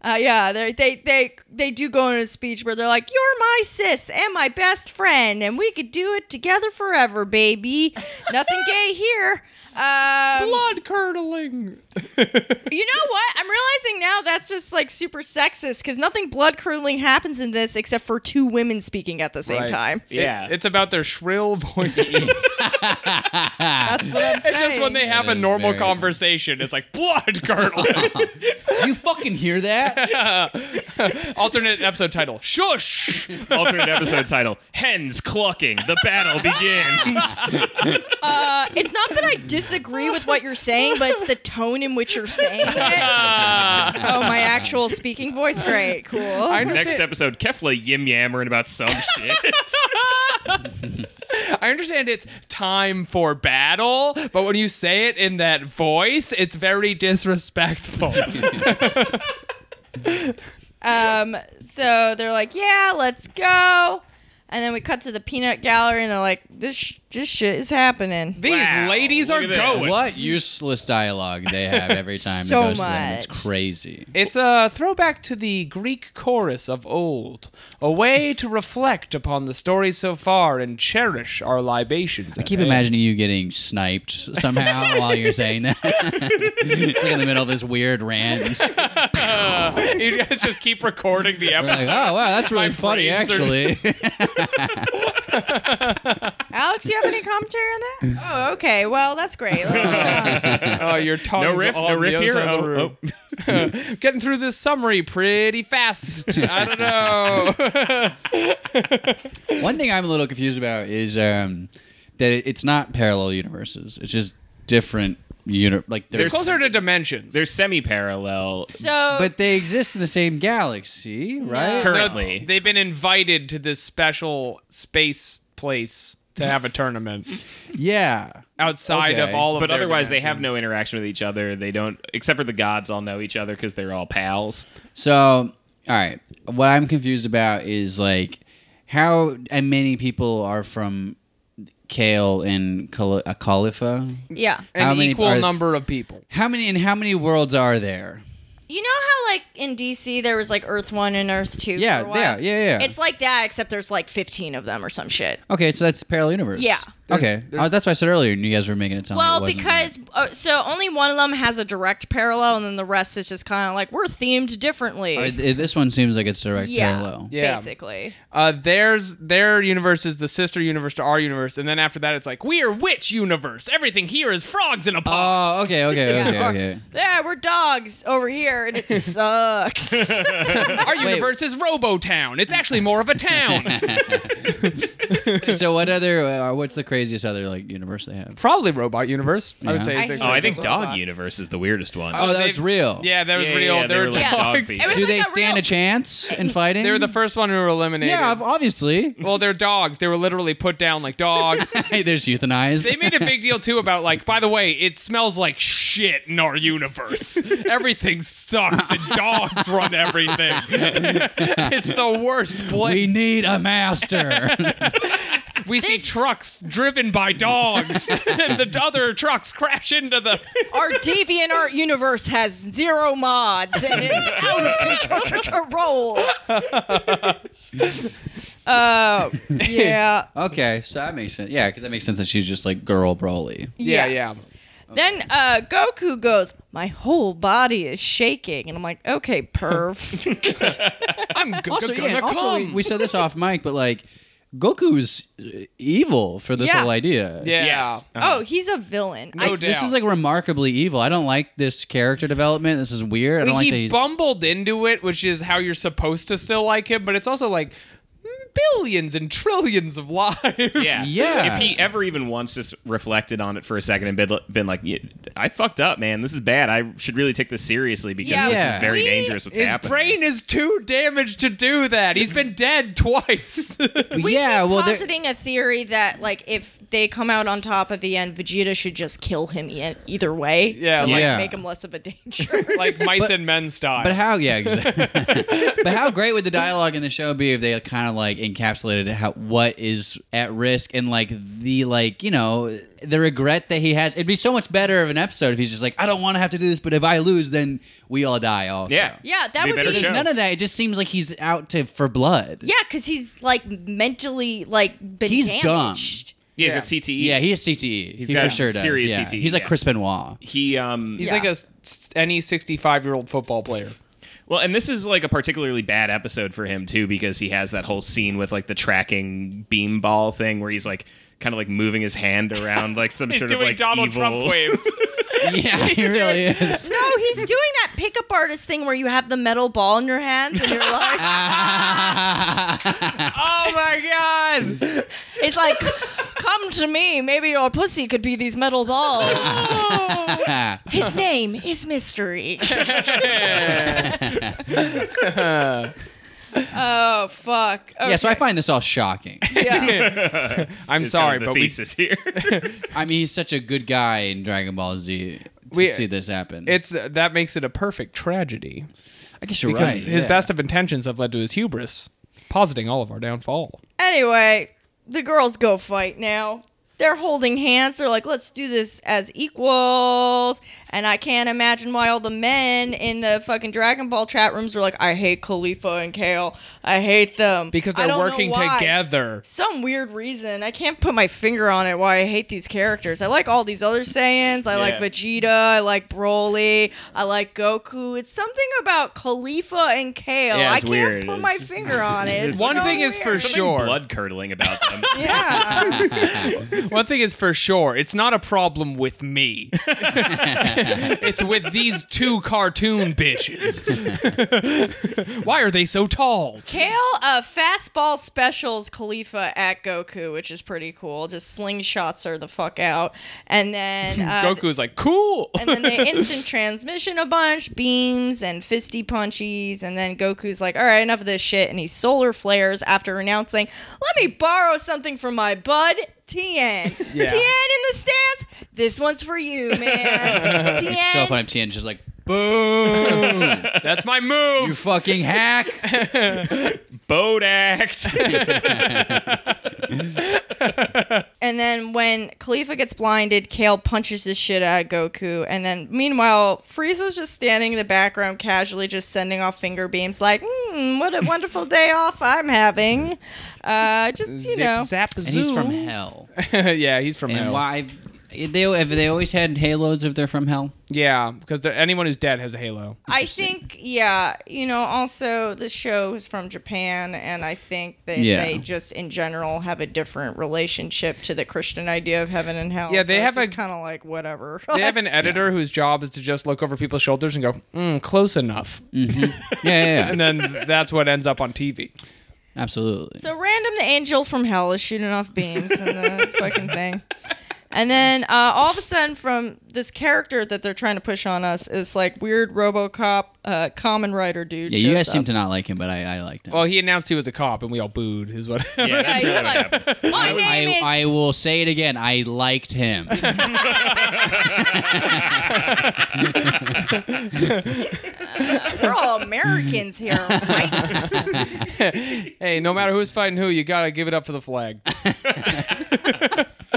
B: Uh, yeah, they they they they do go in a speech where they're like, "You're my sis and my best friend, and we could do it together forever, baby. Nothing gay here." Um,
A: Blood curdling.
B: You know what? I'm realizing now that's just like super sexist because nothing blood curdling happens in this except for two women speaking at the same
A: Right.
B: time.
C: Yeah.
A: It's about their shrill voices.
B: That's what I'm saying.
A: Ah. It's just when they have
D: That
A: a
D: is
A: normal
D: very-
A: conversation, it's like blood curdling.
D: Do you fucking hear that?
A: Alternate episode title: Shush.
C: Alternate episode title: Hens clucking. The battle begins.
B: Uh, it's not that I disagree with what you're saying, but it's the tone in which you're saying it. oh, my actual speaking voice. Great, cool.
C: Next episode: Kefla yim yammering about some shit.
A: I understand it's time for battle, but when you say it in that voice, it's very disrespectful.
B: Um, so they're like, yeah, let's go. And then we cut to the peanut gallery, and they're like, this sh- this shit is happening.
A: These
C: Wow,
A: ladies
C: look
A: are
C: at that.
A: going.
D: what useless dialogue they have every time
B: So
D: it goes to them. It's
B: much.
D: crazy.
A: It's a throwback to the Greek chorus of old, a way to reflect upon the story so far and cherish our libations.
D: I keep imagining you getting sniped somehow while you're saying that. it's like in the middle of this weird rant. You're
A: you guys just keep recording the episode.
D: like, oh wow, that's really
A: My
D: funny
A: brains are-
D: actually.
B: Alex, you have any commentary on that? Oh, okay. Well, that's great. Let's move on.
A: Oh, your tongue
C: no riff. No riff here. Oh, oh.
A: Getting through this summary pretty fast. I don't know.
D: One thing I'm a little confused about is um, that it's not parallel universes. It's just different uni- like
A: They're
D: there's
A: closer to dimensions.
C: They're semi-parallel.
B: So,
D: but they exist in the same galaxy,
C: Correct.
D: right?
A: They're-
C: Currently.
A: They've been invited to this special space place to have a tournament
D: Yeah.
A: outside
D: Okay.
A: of all of
C: But
A: their
C: otherwise, they have no
A: dimensions.
C: interaction with each other. They don't, except for the gods, all know each other because they're all pals.
D: So, all right. What I'm confused about is like how and many people are from Kale and Khal- uh, Khalifa?
B: yeah.
A: an
D: How many
A: equal
D: are-
A: number of people.
D: How many and how many worlds are there?
B: You know how, like, in DC, there was, like, Earth 1 and Earth 2?
D: Yeah,
B: for a while?
D: yeah, yeah, yeah.
B: It's like that, except there's, like, 15 of them or some shit.
D: Okay, so that's parallel universe.
B: Yeah.
D: okay, oh, that's what I said earlier, and you guys were making it sound
B: Well,
D: like it wasn't
B: because uh, so only one of them has a direct parallel, and then the rest is just kind of like we're themed differently.
D: that. Or th- this one seems like it's direct
B: yeah,
D: parallel.
A: Yeah.
B: basically.
A: Uh, theirs, their universe is the sister universe to our universe, and then after that, it's like we are which universe? Everything here is frogs in a pot.
D: Oh, okay, okay,
B: Yeah.
D: okay, okay.
B: Yeah, we're dogs over here, and it sucks.
D: Oh,
A: our universe is Robotown. It's actually more of a town.
D: so, what other? Uh, what's the craziest other like universe they have?
A: Probably Robot Universe. I would
D: Yeah.
A: say.
B: I
A: Is the
B: hate
C: Oh, I
A: closest.
C: think Dog
B: Robots.
C: Universe is the weirdest one.
D: Oh, that
A: they've-
D: was real.
A: Yeah, that was
C: Yeah,
A: real.
C: yeah, yeah,
A: they were,
B: like
A: dogs.
C: dog
B: It was
C: people.
D: Do
B: like
D: they
B: a
D: stand
B: real-
D: a chance in fighting?
A: They were the first one we were eliminated.
D: Yeah, obviously.
A: well, they're dogs. They were literally put down like dogs.
D: Hey, There's euthanized.
A: they made a big deal too about like by the way it smells like shit in our universe everything sucks and dogs run everything it's the worst place
D: we need a master.
A: we see
B: This-
A: trucks driven by dogs, and the other trucks crash into the.
B: Our DeviantArt universe has zero mods and it's out of control. uh, yeah.
D: Okay, so that makes sense. Yeah, because that makes sense that she's just like girl Broly.
A: Yeah,
B: Yes. Then uh, Goku goes, My whole body is shaking. And I'm like, Okay, perv.
A: yeah. I'm g-
D: Also,
A: gonna
D: yeah, and also we,
A: come.
D: we said this off mic, but like Goku's uh, evil for this
B: Yeah.
D: whole idea.
A: yeah.
C: Yes.
B: oh, he's a villain.
A: No
B: I,
A: doubt.
D: This is like remarkably evil. I don't like this character development. This is weird. I don't like
A: he
D: that he's
A: bumbled into it, which is how you're supposed to still like him, but it's also like mm, billions and trillions of lives.
C: Yeah.
D: Yeah.
C: If he ever even once just reflected on it for a second and been, been like, "Yeah, I fucked up, man. This is bad. I should really take this seriously because
B: Yeah.
C: this
D: Yeah.
C: is very
A: He-
C: dangerous what's
A: His
C: happening.
A: brain is too damaged to do that. He's been dead twice.
D: yeah.
B: Keep
D: Well, there-
B: positing a theory that like if they come out on top at the end, Vegeta should just kill him e- either way.
A: Yeah,
B: to, like
D: Yeah.
B: make him less of a danger.
A: like mice and men style.
D: But how? Yeah, exactly. but how great would the dialogue in the show be if they kind of like encapsulated how what is at risk and like the like you know the regret that he has? It'd be so much better of an episode if he's just like, I don't want to have to do this, but if I lose, then we all die. Also,
C: Yeah.
B: yeah, that
C: Be
B: would
C: better
B: be
C: show.
D: There's none of that. It just seems like he's out to for blood.
B: Yeah, because he's like mentally like been
D: He's dumb.
B: damaged.
C: Yeah,
A: Yeah.
C: he's got CTE.
D: Yeah, he has CTE. he
C: got
D: for sure does.
C: serious
D: yeah.
C: CTE,
D: He's like
C: yeah.
D: Chris Benoit.
C: he um
A: He's
B: Yeah.
A: like a s- any 65 year old football player.
C: Well, and this is like a particularly bad episode for him too, because he has that whole scene with like the tracking beam ball thing where he's like kind of like moving his hand around like some sort of like evil.
A: waves.
D: Yeah, he really is.
B: No, he's doing that pickup artist thing where you have the metal ball in your hands and you're like,
A: oh my god!
B: it's like, come to me. Maybe your pussy could be these metal balls. His name is Mystery. oh fuck.
D: Yeah, so I
B: Okay.
D: find this all shocking.
B: Yeah.
A: I'm
C: Is
A: sorry,
C: kind
A: but
C: of the
A: we,
C: thesis here.
D: I mean, he's such a good guy in Dragon Ball Z. To
A: We-
D: see this happen,
A: it's that makes it a perfect tragedy
D: I guess you're
A: because
D: right.
A: his
D: yeah.
A: best of intentions have led to his hubris, positing all of our downfall.
B: Anyway, the girls go fight now. They're holding hands. They're like, let's do this as equals. And I can't imagine why all the men in the fucking Dragon Ball chat rooms are like, I hate Khalifa and Kale. I hate them.
A: Because they're
B: I don't know
A: working
B: why.
A: together.
B: Some weird reason. I can't put my finger on it why I hate these characters. I like all these other Saiyans. I like
C: Yeah.
B: Vegeta. I like Broly. I like Goku. It's something about Khalifa and Kale.
C: Yeah,
B: I
C: it's
B: can't
C: weird.
B: put
C: It's
B: my
C: just-
B: finger on it. It's
A: One
B: so
A: thing is for
B: weird.
A: sure-
C: blood curdling about them.
B: Yeah.
A: One thing is for sure, it's not a problem with me. it's with these two cartoon bitches. Why are they so tall?
B: Kale uh, fastball specials Khalifa at Goku, which is pretty cool. Just slingshots her the fuck out, and then uh,
A: Goku's like, cool.
B: and then they instant transmission a bunch, beams and fisty punchies, and then Goku's like, "All right, enough of this shit," and he solar flares after announcing, "Let me borrow something from my bud." Tien. Tien in the stands. This one's for you, man. Tien.
D: It's so funny. Tien's just like, boom,
A: That's my move.
D: you fucking hack.
C: Bodak.
B: And then when Khalifa gets blinded, Kale punches the shit out of Goku. And then meanwhile, Frieza's just standing in the background, casually just sending off finger beams, like, mm, what a wonderful day off I'm having. Uh, just, you
A: Zip,
B: know.
A: zap, zoo.
D: And he's from hell.
A: yeah, he's from
D: And
A: hell.
D: why? They have they always had halos if they're from hell.
A: Yeah, because anyone who's dead has a halo.
B: I think, yeah, you know, also the show is from Japan, and I think that
D: Yeah.
B: they just in general have a different relationship to the Christian idea of heaven and hell.
A: Yeah, they have a-
B: kind of like whatever.
A: They have an editor whose job is to just look over people's shoulders and go, mm, close enough.
D: Yeah, yeah,
A: And
D: yeah.
A: then that's what ends up on TV.
D: absolutely.
B: So random, the angel from hell is shooting off beams and the fucking thing. And then uh, all of a sudden, from this character that they're trying to push on us is like weird RoboCop, uh, common writer dude.
D: yeah, you
B: shows
D: guys seem
B: up.
D: to not like him, but I, I liked him.
A: Well, he announced he was a cop and we all booed, is what.
C: Yeah,
B: Yeah,
C: that's
B: he's
C: really what
B: like,
C: happened.
B: My name
D: I,
B: is.
D: I will say it again. I liked him.
B: We're all Americans here, right?
A: Hey, no matter who's fighting who, you gotta give it up for the flag.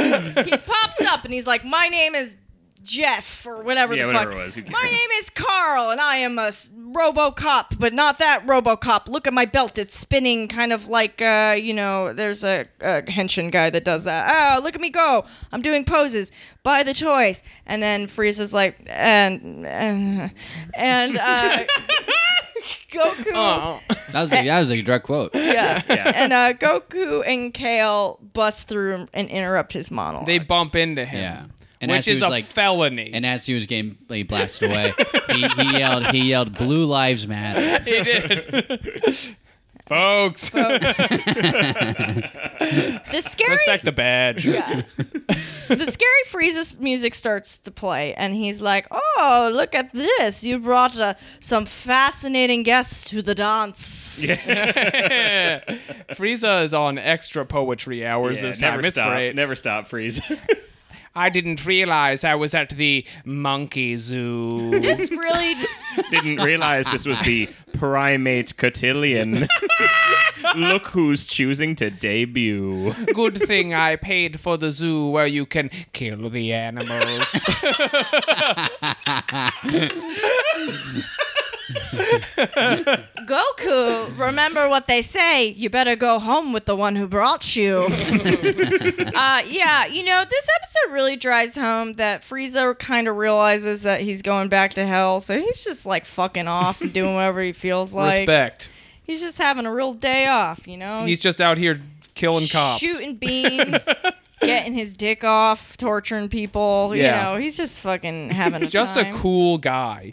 B: he pops up and he's like, "My name is Jeff or whatever
C: Yeah,
B: the
C: whatever
B: fuck.
C: it was, who
B: My
C: cares?
B: name is Carl and I am a s- RoboCop, but not that RoboCop. Look at my belt; it's spinning, kind of like uh, you know. There's a, a henshin guy that does that. Oh, look at me go! I'm doing poses by the choice. And then Frieza's like, and and and uh, Goku.
D: That was, a, that was a direct quote.
B: Yeah.
C: Yeah.
B: and uh, Goku and Kale bust through and interrupt his monologue.
A: They bump into him.
D: Yeah. And as
A: which
D: he
A: is
D: was
A: a
D: like,
A: felony.
D: and as he was getting like, blasted away, he, he yelled, he yelled, "Blue lives matter."
A: he did. Folks,
B: the scary
A: respect the badge.
B: Yeah. the scary Frieza's music starts to play, and he's like, "Oh, look at this! You brought uh, some fascinating guests to the dance."
A: Frieza is on extra poetry hours
C: Yeah,
A: this time.
C: never
A: it's
C: stop.
A: great.
C: Never stop, freeze.
A: I didn't realize I was at the monkey zoo.
B: This really,
C: Didn't realize this was the primate cotillion. Look who's choosing to debut.
A: Good thing I paid for the zoo where you can kill the animals.
B: Goku. Remember what they say: you better go home with the one who brought you. uh, yeah, you know, this episode really drives home that Frieza kind of realizes that he's going back to hell, so he's just like fucking off and doing whatever he feels like.
A: Respect.
B: He's just having a real day off, you know.
A: He's just out here killing cops.
B: shooting beans, getting his dick off, torturing people.
A: Yeah.
B: You know, he's just fucking having a
A: Just a
B: time.
A: cool guy.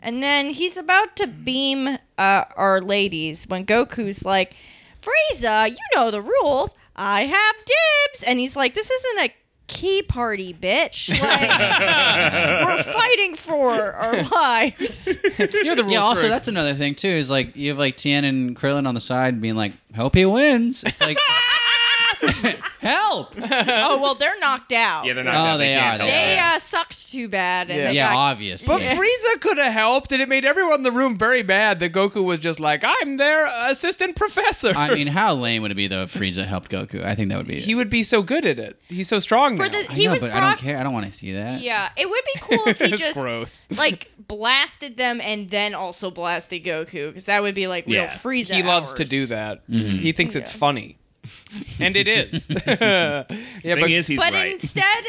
B: And then he's about to beam uh, our ladies when Goku's like, Frieza, you know the rules. I have dibs. And he's like, this isn't a key party, bitch. Like, we're fighting for our lives.
A: You're the rules.
D: Yeah. Also,
A: for-
D: that's another thing too. Is like you have like Tien and Krillin on the side being like, "Hope he wins." It's like, help.
B: oh, well, they're knocked out.
C: Yeah, they're not.
D: Oh,
C: out.
D: they
C: can't
D: are,
C: help
B: they
C: it.
B: uh, sucked too bad. And
A: Yeah.
B: they
D: Yeah,
B: got-
D: obviously.
A: But Frieza could have helped, and it made everyone in the room very mad that Goku was just like, I'm their assistant professor.
D: I mean, how lame would it be though if Frieza helped Goku? I think that would be.
A: he would be so good at it. He's so strong
B: For
A: now.
B: the-
D: I
B: he
D: know,
B: was
D: but I
B: brought-
D: don't care. I don't want to see that.
B: Yeah, it would be cool if he
A: It's
B: just
A: gross.
B: like blasted them and then also blasted Goku because that would be like real
C: Yeah.
B: Frieza.
A: he loves to
B: hours.
A: do that. He thinks it's
B: Yeah.
A: funny, and it is. yeah,
C: Thing
A: but
C: is, he's
B: but
C: right.
B: instead,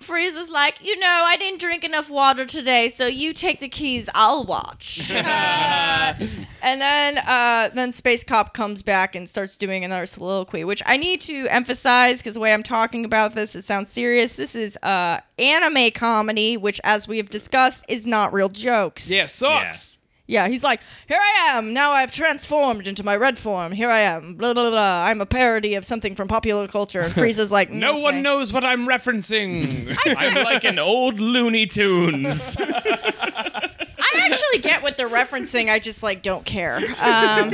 B: Frieza's like, you know, I didn't drink enough water today, so you take the keys. I'll watch. Uh, and then, uh, then Space Cop comes back and starts doing another soliloquy, which I need to emphasize because the way I'm talking about this, it sounds serious. This is uh, anime comedy, which, as we have discussed, is not real jokes.
A: yeah, sucks.
B: Yeah, he's like, here I am. Now I've transformed into my red form. Here I am. Blah blah blah. I'm a parody of something from popular culture. And Frieza's like,
A: No
B: "Mm, okay."
A: one knows what I'm referencing.
C: I'm like an old Looney Tunes.
B: I actually get what they're referencing. I just like don't care. Um,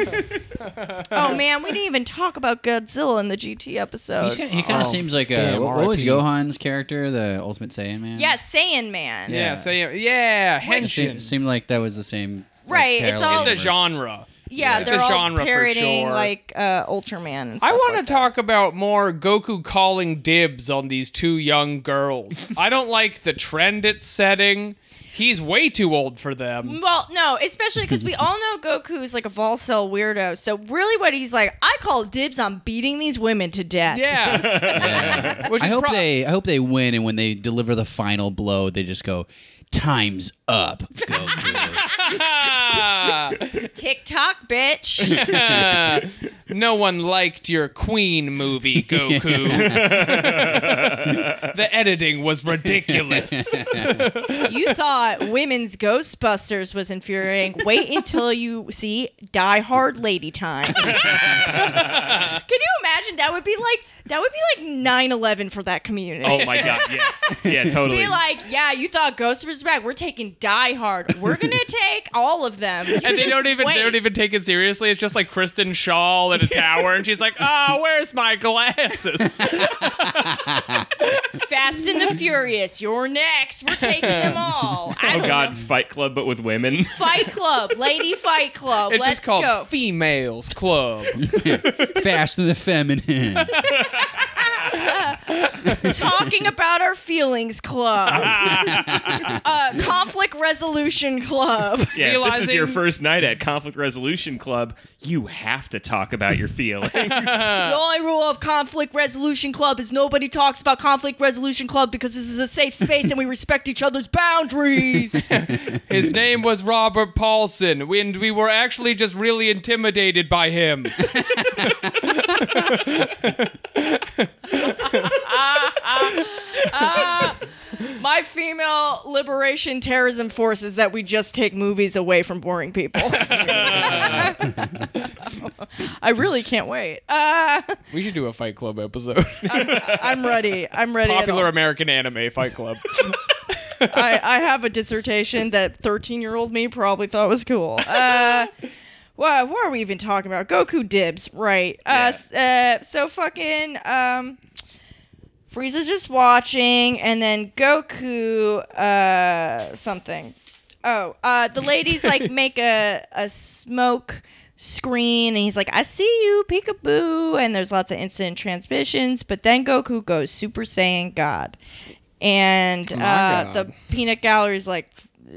B: oh man, we didn't even talk about Godzilla in the GT
D: He's
B: episode.
D: kinda, he kind
A: Oh,
D: of seems like a
A: damn,
D: what, what was
A: RIP.
D: Gohan's character, the Ultimate Saiyan man?
B: Yeah, Saiyan Man.
A: yeah, say yeah,
D: It seemed,
A: henshin.
D: seemed like that was the same. like,
B: Right, it's
D: parallel
B: all-
A: It's a
D: universe.
A: genre.
B: Yeah,
A: It's
B: they're
A: a
B: all
A: genre for
B: parodying
A: sure.
B: like uh, Ultraman. And
A: I
B: stuff
A: want
B: like
A: to
B: that.
A: talk about more Goku calling dibs on these two young girls. I don't like the trend it's setting. He's way too old for them.
B: Well, no, especially because we all know Goku's like a Volcel weirdo. So really, what he's like, I call dibs on beating these women to death.
A: Yeah. Which
D: I
A: is
D: hope
A: prob-
D: they. I hope they win, and when they deliver the final blow, they just go, "Time's up." Goku."
B: TikTok, bitch.
A: No one liked your Queen movie, Goku. the editing was ridiculous.
B: you thought women's Ghostbusters was infuriating. Wait until you see Die Hard Lady Time. Can you imagine? That would be like that would be like 9-11 for that community.
C: Oh my god, yeah, yeah, totally.
B: Be like, yeah, you thought Ghostbusters was back. We're taking Die Hard. We're gonna take all of them. You
A: and they
B: just
A: don't even like they
B: wait.
A: don't even take it seriously. It's just like Kristen Shaw at a tower, and she's like, "Oh, where's my glasses?"
B: Fast and the Furious, you're next. We're taking them all. I
C: Oh
B: don't
C: God,
B: know.
C: Fight Club, but with women.
B: Fight Club, Lady Fight Club.
A: It's
B: Let's
A: just called
B: go.
A: Females Club.
D: Fast and the feminine.
B: Talking about our feelings club. uh, conflict resolution club.
C: Yeah, if this is your
A: Realizing-
C: first night at Conflict Resolution Club. You have to talk about your feelings.
B: The only rule of Conflict Resolution Club is nobody talks about Conflict Resolution Club because this is a safe space and we respect each other's boundaries.
A: His name was Robert Paulson, and we were actually just really intimidated by him.
B: My female liberation terrorism force is that we just take movies away from boring people. I really can't wait. Uh,
A: We should do a Fight Club episode.
B: I'm ready. I'm ready. at
A: Popular
B: all.
A: American anime Fight Club.
B: I, I have a dissertation that 13 year old me probably thought was cool. Uh, what, what are we even talking about? Goku dibs, right? Uh, s- uh, so fucking um, Frieza's just watching, and then Goku uh, something. Oh, uh, the ladies like make a a smoke screen, and he's like, "I see you, peekaboo," and there's lots of instant transmissions. But then Goku goes Super Saiyan God, and uh,
A: God.
B: the peanut gallery's like.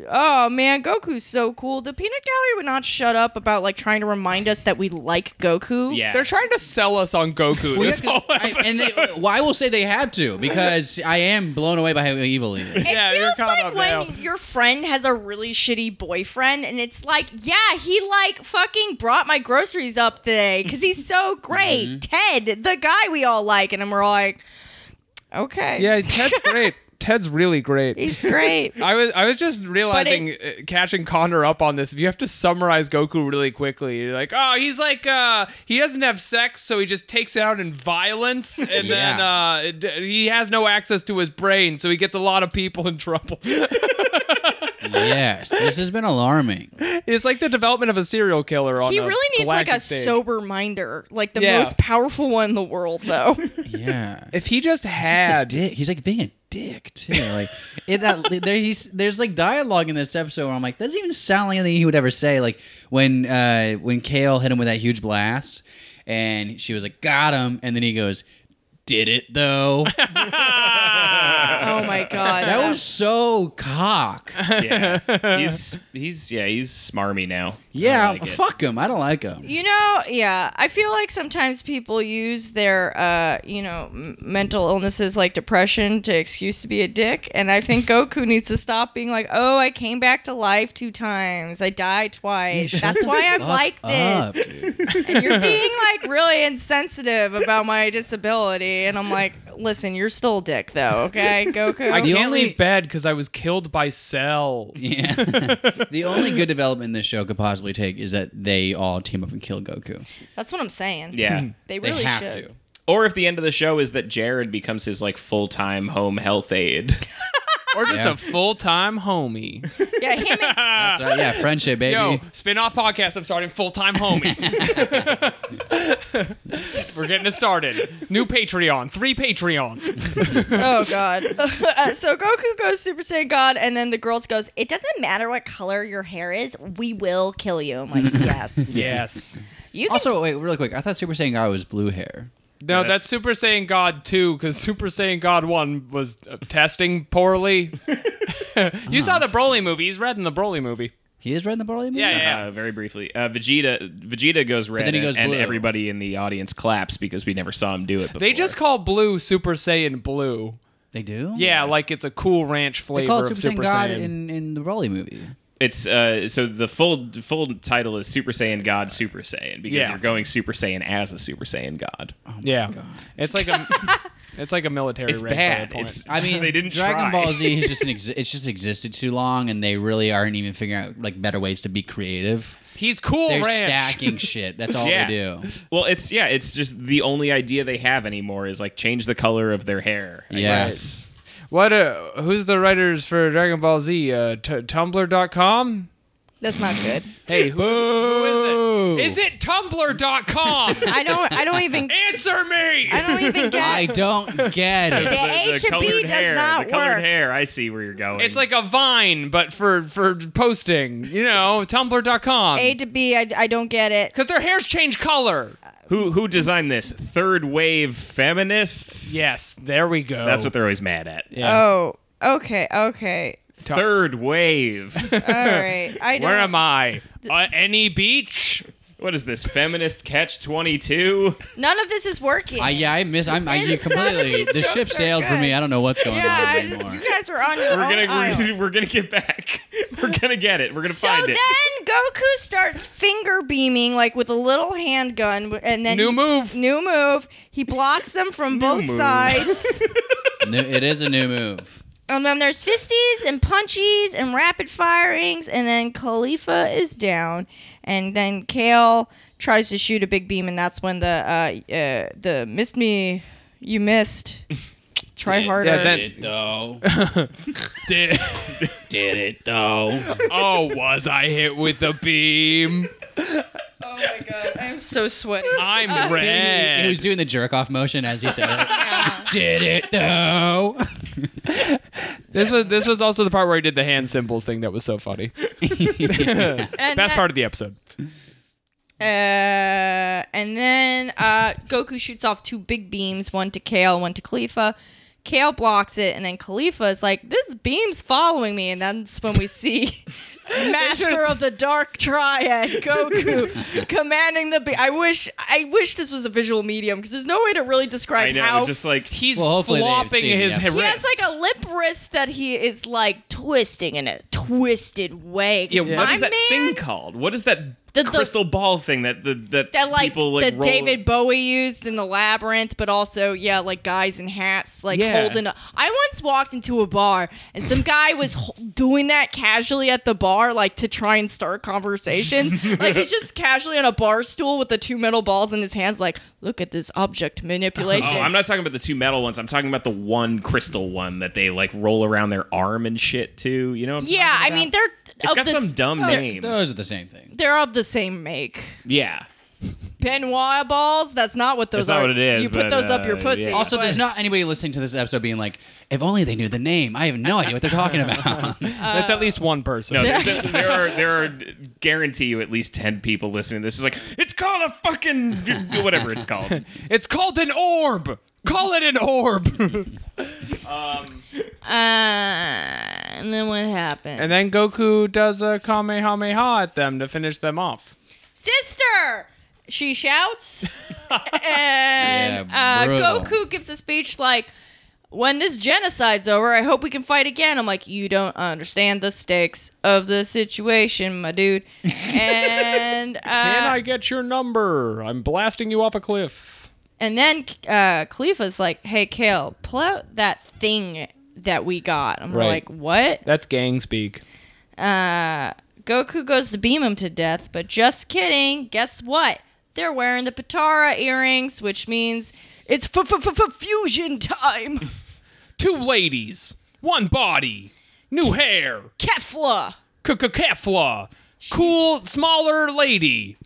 B: Oh man, Goku's so cool. The peanut gallery would not shut up about like trying to remind us that we like Goku.
C: Yeah.
A: They're trying to sell us on Goku
D: Well, yeah,
A: this whole
D: 'cause I- and they, well, I will say they had to because I am blown away by how evil he is.
B: It
A: Yeah, you're
B: feels
A: caught
B: like
A: up
B: when
A: now.
B: your friend has a really shitty boyfriend, and it's like, yeah, he like fucking brought my groceries up today because he's so
A: Mm-hmm.
B: great. Ted, the guy we all like, and then we're all like, okay,
A: Yeah, Ted's great. Ted's really great.
B: he's great.
A: I was I was just realizing uh catching Connor up on this. If you have to summarize Goku really quickly, you're like, oh, he's like uh, he doesn't have sex, so he just takes it out in violence, and then
D: Yeah.
A: uh, it- he has no access to his brain, so he gets a lot of people in trouble.
D: yes, this has been alarming.
A: it's like the development of a serial killer. On
B: He
A: a
B: really needs like a
A: galactic stage.
B: sober minder, like the
A: Yeah.
B: most powerful one in the world, though.
D: Yeah.
A: If he just
D: He's just a
A: had
D: dick. He's like being a dick too. Like in that there, he's, there's like dialogue in this episode where I'm like, that doesn't even sound like anything he would ever say. Like when uh, when Kale hit him with that huge blast, and she was like, "Got him," and then he goes, "Did it though?"
B: oh my god,
D: That was so cock.
C: yeah. He's he's yeah, he's smarmy now. I
D: Yeah,
C: like it.
D: fuck him. I don't like him.
B: You know, yeah, I feel like sometimes people use their, uh, you know, m- mental illnesses like depression to excuse to be a dick, and I think Goku needs to stop being like, "Oh, I came back to life two times, I died twice.
D: Shut
B: That's
D: the
B: why I'm
D: fuck
B: like
D: up,
B: this."
D: dude.
B: And you're being like really insensitive about my disability, and I'm like, "Listen, you're still a dick, though, okay, Goku."
A: I
D: The
A: can't
D: only-
A: leave bed because I was killed by Cell.
D: Yeah. the only good development this show could possibly take is that they all team up and kill Goku.
B: That's what I'm saying.
C: Yeah.
B: they
D: They
B: really
D: have
B: should.
D: to.
C: Or if the end of the show is that Jared becomes his like full time home health aide.
A: Or just
D: Yeah.
A: a full time homie.
B: Yeah, him and
D: That's right. Yeah, friendship, baby.
A: Yo, spin off podcast. I'm starting full time homie. We're getting it started. New Patreon, three Patreons.
B: oh god. Uh, so Goku goes Super Saiyan God, and then the girls goes. It doesn't matter what color your hair is. We will kill you. I'm like, yes.
A: Yes.
B: You can
D: Also, wait, real quick. I thought Super Saiyan God was blue hair.
A: No, that's Super Saiyan God 2, because Super Saiyan God 1 was uh, testing poorly. you saw the Broly movie. He's red in the Broly movie.
D: He is red in the Broly movie?
A: Yeah, yeah.
C: Uh, very briefly. Uh, Vegeta Vegeta goes red
D: then he
C: and-
D: goes
C: and
D: blue.
C: everybody in the audience claps because we never saw him do it before.
A: They just call blue Super Saiyan blue.
D: They do?
A: Yeah, like it's a cool ranch
D: They
A: flavor
D: call it
A: of
D: Super,
A: Super
D: Saiyan God
A: Saiyan.
D: in, in the Broly movie.
C: It's uh, so the full full title is Super Saiyan God Super Saiyan because
A: Yeah.
C: you're going Super Saiyan as a Super Saiyan God.
D: Oh
A: yeah. It's like a it's like a military
C: it's
A: ranch
C: bad.
A: bullet
C: It's,
A: point.
D: I mean,
C: they didn't try.
D: Dragon Ball Z has just an exi- it's just existed too long, and they really aren't even figuring out like better ways to be creative.
A: He's cool
D: They're
A: ranch.
D: stacking shit. That's all
C: Yeah.
D: they do.
C: Well, it's yeah, it's just the only idea they have anymore is like change the color of their hair. I guess.
D: Yes.
A: What? Uh, who's the writers for Dragon Ball Z? Uh, t- Tumblr.com?
B: That's not good.
A: Hey, who, who
D: Boo.
A: is it? Is it Tumblr.com?
B: I don't. I don't even.
A: Answer me.
B: I don't even get.
D: I don't get
C: The,
D: it.
B: A
C: the
B: to B
C: colored
B: does
C: hair,
B: not
C: the colored
B: work.
C: hair. I see where you're going.
A: It's like a Vine, but for for posting. You know,
B: A
A: Tumblr.com.
B: to B. I, I don't get it.
A: Because their hairs change color.
C: who who designed this? Third wave feminists.
A: Yes, there we go.
C: that's what they're always mad at.
A: Yeah.
B: Oh. Okay. Okay.
C: Third wave.
B: All right. I don't.
A: Where am I? Uh, any beach?
C: what is this? Feminist catch twenty two?
B: None of this is working.
D: I, yeah, I miss. I'm, I you
B: It's not
D: completely.
B: these
D: The ship
B: jokes are
D: sailed for
B: good.
D: me. I don't know what's going
B: yeah.
D: on
B: I
D: anymore.
B: just. You guys are on your
C: We're
B: own
C: gonna
B: aisle.
C: we're, we're gonna get back. We're gonna get it. We're gonna
B: Oh, so
C: find
B: then
C: it.
B: Goku starts finger beaming like with a little handgun, and then
A: New
B: he-
A: move.
B: New move. He blocks them from both
C: move.
B: sides.
D: New- it is a new move.
B: And then there's fisties and punchies and rapid firings, and then Khalifa is down, and then Kale tries to shoot a big beam, and that's when the uh, uh the missed me, you missed. Try harder.
A: Yeah, then-
D: it though.
A: Did,
D: Did it though.
A: oh, was I hit with a beam?
B: oh my god, I'm so sweaty.
A: I'm
D: He was
A: red.
D: doing the jerk off motion as he said it. Did it though.
A: This was this was also the part where he did the hand symbols thing that was so funny.
B: And
A: Best
B: then-
A: part of the episode.
B: Uh, and then uh, Goku shoots off two big beams, one to Kale, one to Khalifa. Kale blocks it, and then Khalifa is like, "This beam's following me," and that's when we see Master of the Dark Triad, Goku, commanding the. Be- I wish, I wish this was a visual medium because there's no way to really
C: I
B: describe
C: know.
B: how
C: It's just like
A: He's
D: Well, hopefully they've
A: flopping
D: seen the
A: his wrist.
D: episode.
B: he has like a lip wrist that he is like twisting in a twisted way. 'Cause
C: yeah. What
B: my
C: is that
B: man-
C: thing called? What is that
B: The- the-
C: crystal ball thing that the that,
B: that like,
C: people like
B: that
C: roll-
B: David Bowie used in the labyrinth, but also yeah, like guys in hats, like
C: Yeah.
B: holding. A, I once walked into a bar and some guy was ho- doing that casually at the bar, like to try and start conversation. like he's just casually on a bar stool with the two metal balls in his hands, like look at this object manipulation.
C: Oh, I'm not talking about the two metal ones. I'm talking about the one crystal one that they like roll around their arm and shit too. You know? What I'm
B: yeah,
C: talking
B: I
C: about?
B: mean they're
C: It's
B: of
C: got
B: the
C: some
B: s-
C: dumb
D: That's-
C: name.
D: Those are the same thing.
B: They're of the same make.
C: yeah.
B: Benoit balls. That's not what those
C: That's not
B: are.
C: what it is,
B: You put
C: but,
B: those up
C: uh,
B: your pussy.
C: yeah.
D: Also,
B: but-
D: there's not anybody listening to this episode being like, if only they knew the name. I have no idea what they're talking about.
A: That's at least one person.
C: No, there's a- there are there are guarantee you at least ten people listening. to This is like it's called a fucking whatever it's called.
A: It's called an orb. Call it an orb.
B: Uh, and then what happens?
A: and then Goku does a kamehameha at them to finish them off.
B: sister she shouts and
D: Yeah,
B: uh,
D: brutal.
B: goku gives a speech like when this genocide's over i hope we can fight again i'm like you don't understand the stakes of the situation my dude and uh,
A: Can I get your number? I'm blasting you off a cliff.
B: and then uh, khalifa's like hey kale pull out that thing that we got i'm
A: Right.
B: like what
A: That's gang speak.
B: uh, Goku goes to beam him to death, but just kidding. Guess what? They're wearing the Patara earrings, which means it's f- f- f- f- fusion time.
A: Two ladies, one body, new hair,
B: Kefla.
A: kefla, cool smaller lady,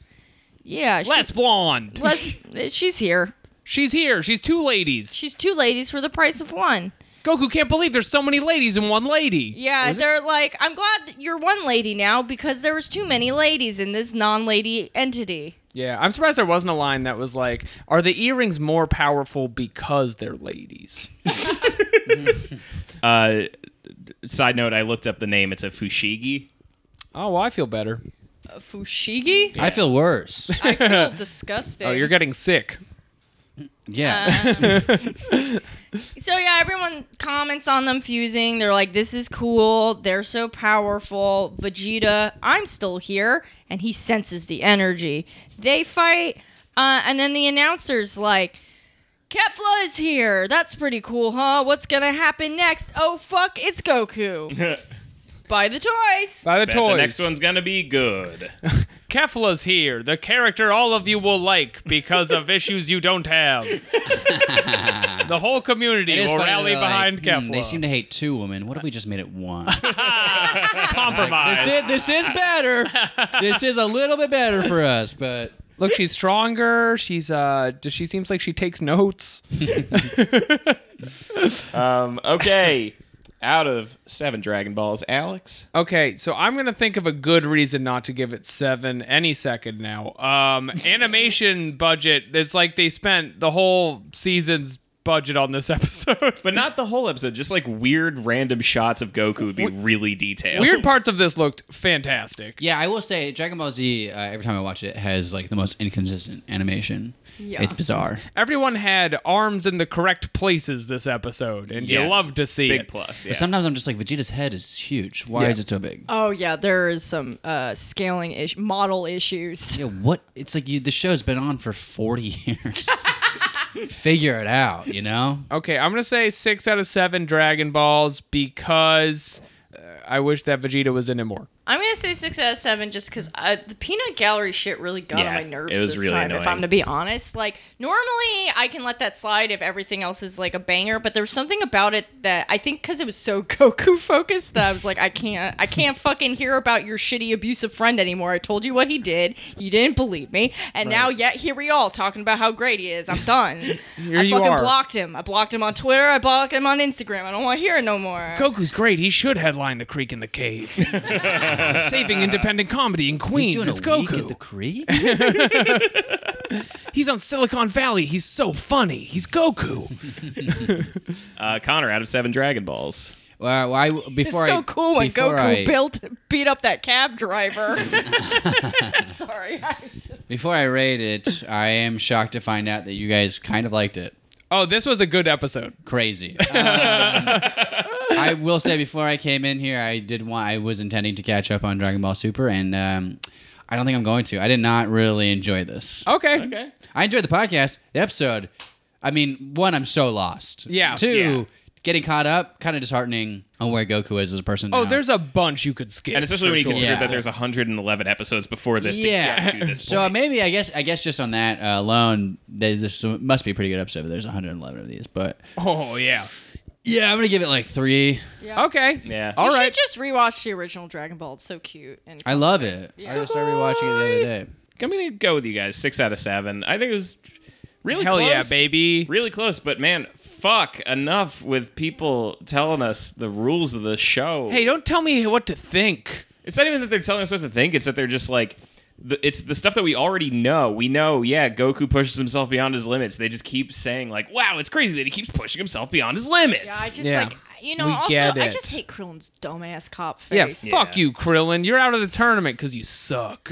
B: Yeah, she-
A: less blonde.
B: Les- she's here.
A: She's here. She's two ladies.
B: She's two ladies for the price of one.
A: Goku can't believe there's so many ladies in one lady.
B: Yeah, they're like, I'm glad that you're one lady now because there was too many ladies in this non-lady entity.
A: Yeah, I'm surprised there wasn't a line that was like, "Are the earrings more powerful because they're ladies?"
C: Uh, side note: I looked up the name. It's a fushigi.
A: Oh, well, I feel better.
B: A Uh, fushigi?
D: I feel worse.
B: I feel disgusted.
A: Oh, you're getting sick.
B: Uh,
D: Yes.
B: So yeah, everyone comments on them fusing. They're like, "This is cool. They're so powerful." Vegeta, I'm still here, and he senses the energy. They fight, uh, and then the announcer's like, "Kefla is here. That's pretty cool, huh? What's gonna happen next? Oh fuck, it's Goku. Buy the toys."
A: By the
C: Bet
A: toys.
C: The next one's gonna be good.
A: Kefla's here, the character all of you will like because of issues you don't have. the whole community
D: It is
A: will
D: funny hmm, that
A: rally
D: they're
A: behind
D: like,
A: Kefla.
D: "Hmm, they seem to hate two women. What if we just made it one?
A: compromise.
D: This is, this is better. this is a little bit better for us, but
A: Look, she's stronger. She's uh, does- she seems like she takes notes.
C: Um, okay. Out of seven Dragon Balls, Alex.
A: Okay, so I'm gonna think of a good reason not to give it seven any second now. Um, animation budget. It's like they spent the whole season's budget on this episode.
C: But not the whole episode, just like weird random shots of Goku would be really detailed.
A: Weird parts of this looked fantastic.
D: yeah, I will say Dragon Ball Z. Uh, every time I watch it, has like the most inconsistent animation.
B: Yeah.
D: it's bizarre.
A: Everyone had arms in the correct places this episode, and
C: Yeah.
A: you love to see
C: Big
A: it.
C: plus. Yeah.
D: But sometimes I'm just like Vegeta's head is huge. Why
A: Yeah.
D: is it so big?
B: Oh yeah, there is some uh, scaling ish model issues.
D: Yeah, what? It's like you. The show's been on for 40 years. Figure it out, you know.
A: Okay, I'm gonna say six out of seven Dragon Balls because uh, I wish that Vegeta was in it more.
B: I'm gonna say six out of seven just because the peanut gallery shit really got
C: Yeah,
B: on my nerves
C: it was
B: this
C: really
B: time. If
C: annoying.
B: I'm to be honest, like normally I can let that slide if everything else is like a banger, but there's something about it that I think because it was so Goku focused that I was like, I can't, I can't fucking hear about your shitty abusive friend anymore. I told you what he did, you didn't believe me, and now yet here we all talking about how great he is. I'm done.
A: Here
B: I
A: you
B: fucking
A: are.
B: blocked him. I blocked him on Twitter. I blocked him on Instagram. I don't want to hear it no more.
A: Goku's great. He should headline the creek in the cave. Saving independent comedy in
D: He's
A: Queens.
D: doing
A: It's
D: a week
A: Goku.
D: at the creek.
A: He's on Silicon Valley. He's so funny. He's Goku.
C: uh, Connor, out of seven Dragon Balls.
D: Well, why
B: It's
D: before
B: so
D: I,
B: cool when
D: before
B: Goku
D: I-
B: built beat up that cab driver. Sorry. I was just-
D: Before I rate it, I am shocked to find out that you guys kind of liked it.
A: Oh, this was a good episode.
D: Crazy. Um, I will say before I came in here, I did want I was intending to catch up on Dragon Ball Super, and um, I don't think I'm going to. I did not really enjoy this.
A: Okay.
C: Okay.
D: I enjoyed the podcast, the episode. I mean, one, I'm so lost.
A: Yeah.
D: Two,
C: Yeah.
D: getting caught up, kind of disheartening on where Goku is as a person.
A: Oh,
D: now.
A: there's a bunch you could skip.
C: And especially when you
A: for sure.
C: consider
D: Yeah.
C: that there's 111 episodes before this
D: Yeah.
C: to get to this point.
D: So uh, maybe I guess I guess just on that uh, alone, there's- this must be a pretty good episode. But there's 111 of these, but
A: Oh yeah.
D: yeah, I'm gonna give it like three.
A: Okay.
C: Yeah.
A: All
B: you
A: right.
B: should just rewatch the original Dragon Ball. It's so cute. And
D: I love it. I just started watching it the other day.
C: I'm going to go with you guys. Six out of seven. I think it was really
A: Hell
C: close.
A: yeah, baby.
C: Really close, but man, fuck, enough with people telling us the rules of the show.
A: Hey, don't tell me what to think.
C: It's not even that they're telling us what to think. It's that they're just like, the, it's the stuff that we already know. We know, yeah, Goku pushes himself beyond his limits. They just keep saying like, "Wow, it's crazy that he keeps pushing himself beyond his limits."
B: yeah, I just
A: Yeah.
B: like you know.
A: We
B: also,
A: get
B: I
A: it.
B: just hate Krillin's dumbass cop
A: Yeah,
B: face.
A: fuck you, Krillin. You're out of the tournament because you suck.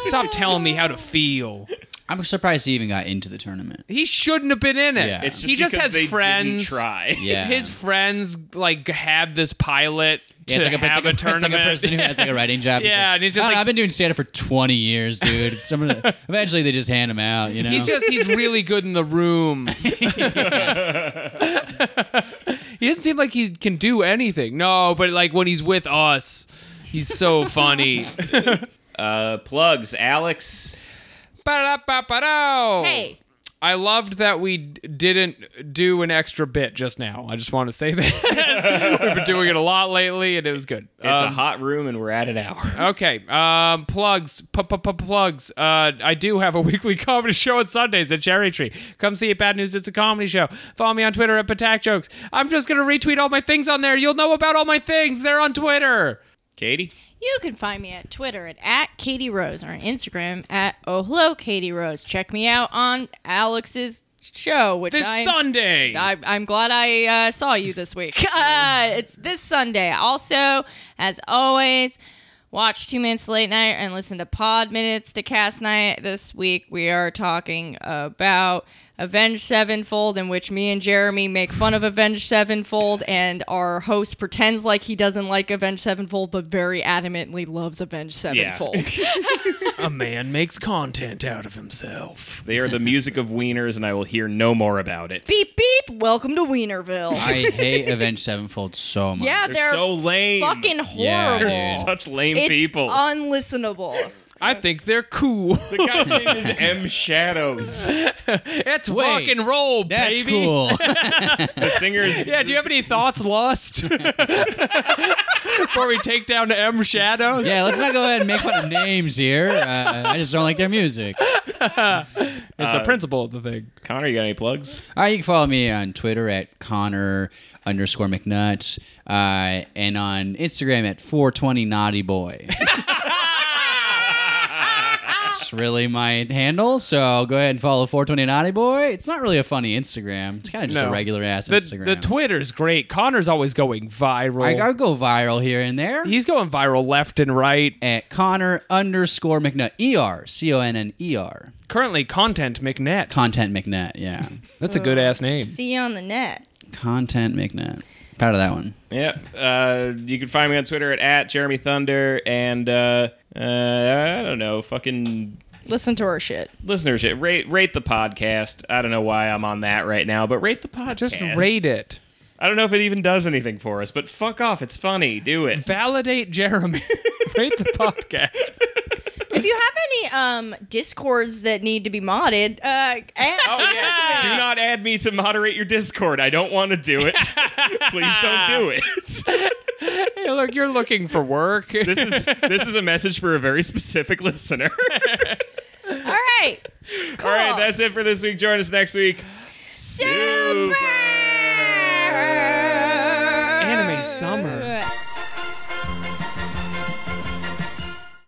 A: Stop telling me how to feel.
D: I'm surprised he even got into the tournament.
A: He shouldn't have been in it.
D: Yeah.
C: It's just
A: he just
C: because
A: has
C: they
A: friends.
C: Didn't try.
D: Yeah,
A: His friends like had this pilot to
D: Yeah, it's like a, it's
A: have
D: like a-
A: a tournament.
D: it's like a person who has like a writing job. He's
A: Yeah,
D: like,
A: and he's just
D: "Oh,
A: like-
D: I've been doing stand-up for 20 years, dude. Some of the- eventually they just hand him out. You know,
A: He's just he's really good in the room. he doesn't seem like he can do anything. No, but like when he's with us, he's so funny.
C: Uh, plugs, Alex.
A: Ba-da-ba-ba-do.
B: Hey,
A: I loved that we d- didn't do an extra bit just now. I just want to say that we've been doing it a lot lately, and it was good.
C: It's a
A: Um, uh,
C: hot room, and we're at an hour.
A: Okay. Um, plugs. Plugs. Uh, I do have a weekly comedy show on Sundays at Cherry Tree. Come see it. Bad news. It's a comedy show. Follow me on Twitter at Patak Jokes. I'm just gonna retweet all my things on there. You'll know about all my things. They're on Twitter.
C: Katie.
B: You can find me at Twitter at, at Katie Rose or on Instagram at Oh Hello Katie Rose. Check me out on Alex's show, which
A: This
B: I'm,
A: Sunday.
B: I, I'm glad I uh, saw you this week. Uh, it's this Sunday. Also, as always, watch Two Minutes to Late Night and listen to Pod Minutes to Cast Night. This week, we are talking about Avenged Sevenfold, in which me and Jeremy make fun of Avenged Sevenfold, and our host pretends like he doesn't like Avenged Sevenfold, but very adamantly loves Avenged Sevenfold.
A: a man makes content out of himself.
C: They are the music of wieners, and I will hear no more about it.
B: beep, beep. Welcome to Wienerville.
D: I hate Avenged Sevenfold so much.
B: yeah,
C: They're
B: they're,
C: so lame.
B: fucking horrible.
D: Yeah, dude.
C: They're such lame
B: It's
C: people.
B: unlistenable.
A: I think they're cool.
C: The guy's name is M Shadows.
A: That's
D: Wait,
A: rock and roll,
D: That's
A: baby.
D: cool.
C: The singer's
A: Yeah, do you have any thoughts, Lust? Before we take down to M Shadows?
D: yeah, let's not go ahead and make fun of names here. Uh, I just don't like their music.
A: It's the principle of the thing.
C: Connor, you got any plugs?
D: All right, you can follow me on Twitter at Connor underscore McNutt uh, and on Instagram at 420 Naughty Boy. That's really my handle, so go ahead and follow 420 Naughty Boy. It's not really a funny Instagram. It's kind of just
A: No.
D: a regular ass
A: The,
D: Instagram.
A: the Twitter's great. Connor's always going viral.
D: I, I go viral here and there.
A: He's going viral left and right.
D: at Connor underscore McNutt. E R C O N N E R.
A: Currently, Content McNett.
D: Content McNutt. Yeah.
A: That's a good ass name.
B: See you on the net.
D: Content McNutt. Proud of that one.
C: Yeah. Uh, you can find me on Twitter at, at Jeremy Thunder and uh, uh, I don't know, fucking
B: Listen to her shit.
C: listenership. Rate rate the podcast. I don't know why I'm on that right now, but rate the podcast.
A: Just rate it.
C: I don't know if it even does anything for us, but fuck off. It's funny. Do it.
A: Validate Jeremy. rate the podcast.
B: If you have any um discords that need to be modded, uh,
C: Oh,
B: and
C: yeah. do not add me to moderate your Discord. I don't want to do it. Please don't do it.
A: Hey, look, you're looking for work.
C: this is this is a message for a very specific listener.
B: all right,
C: All right, that's it for this week. Join us next week. Super.
A: Anime Summer.
B: Super.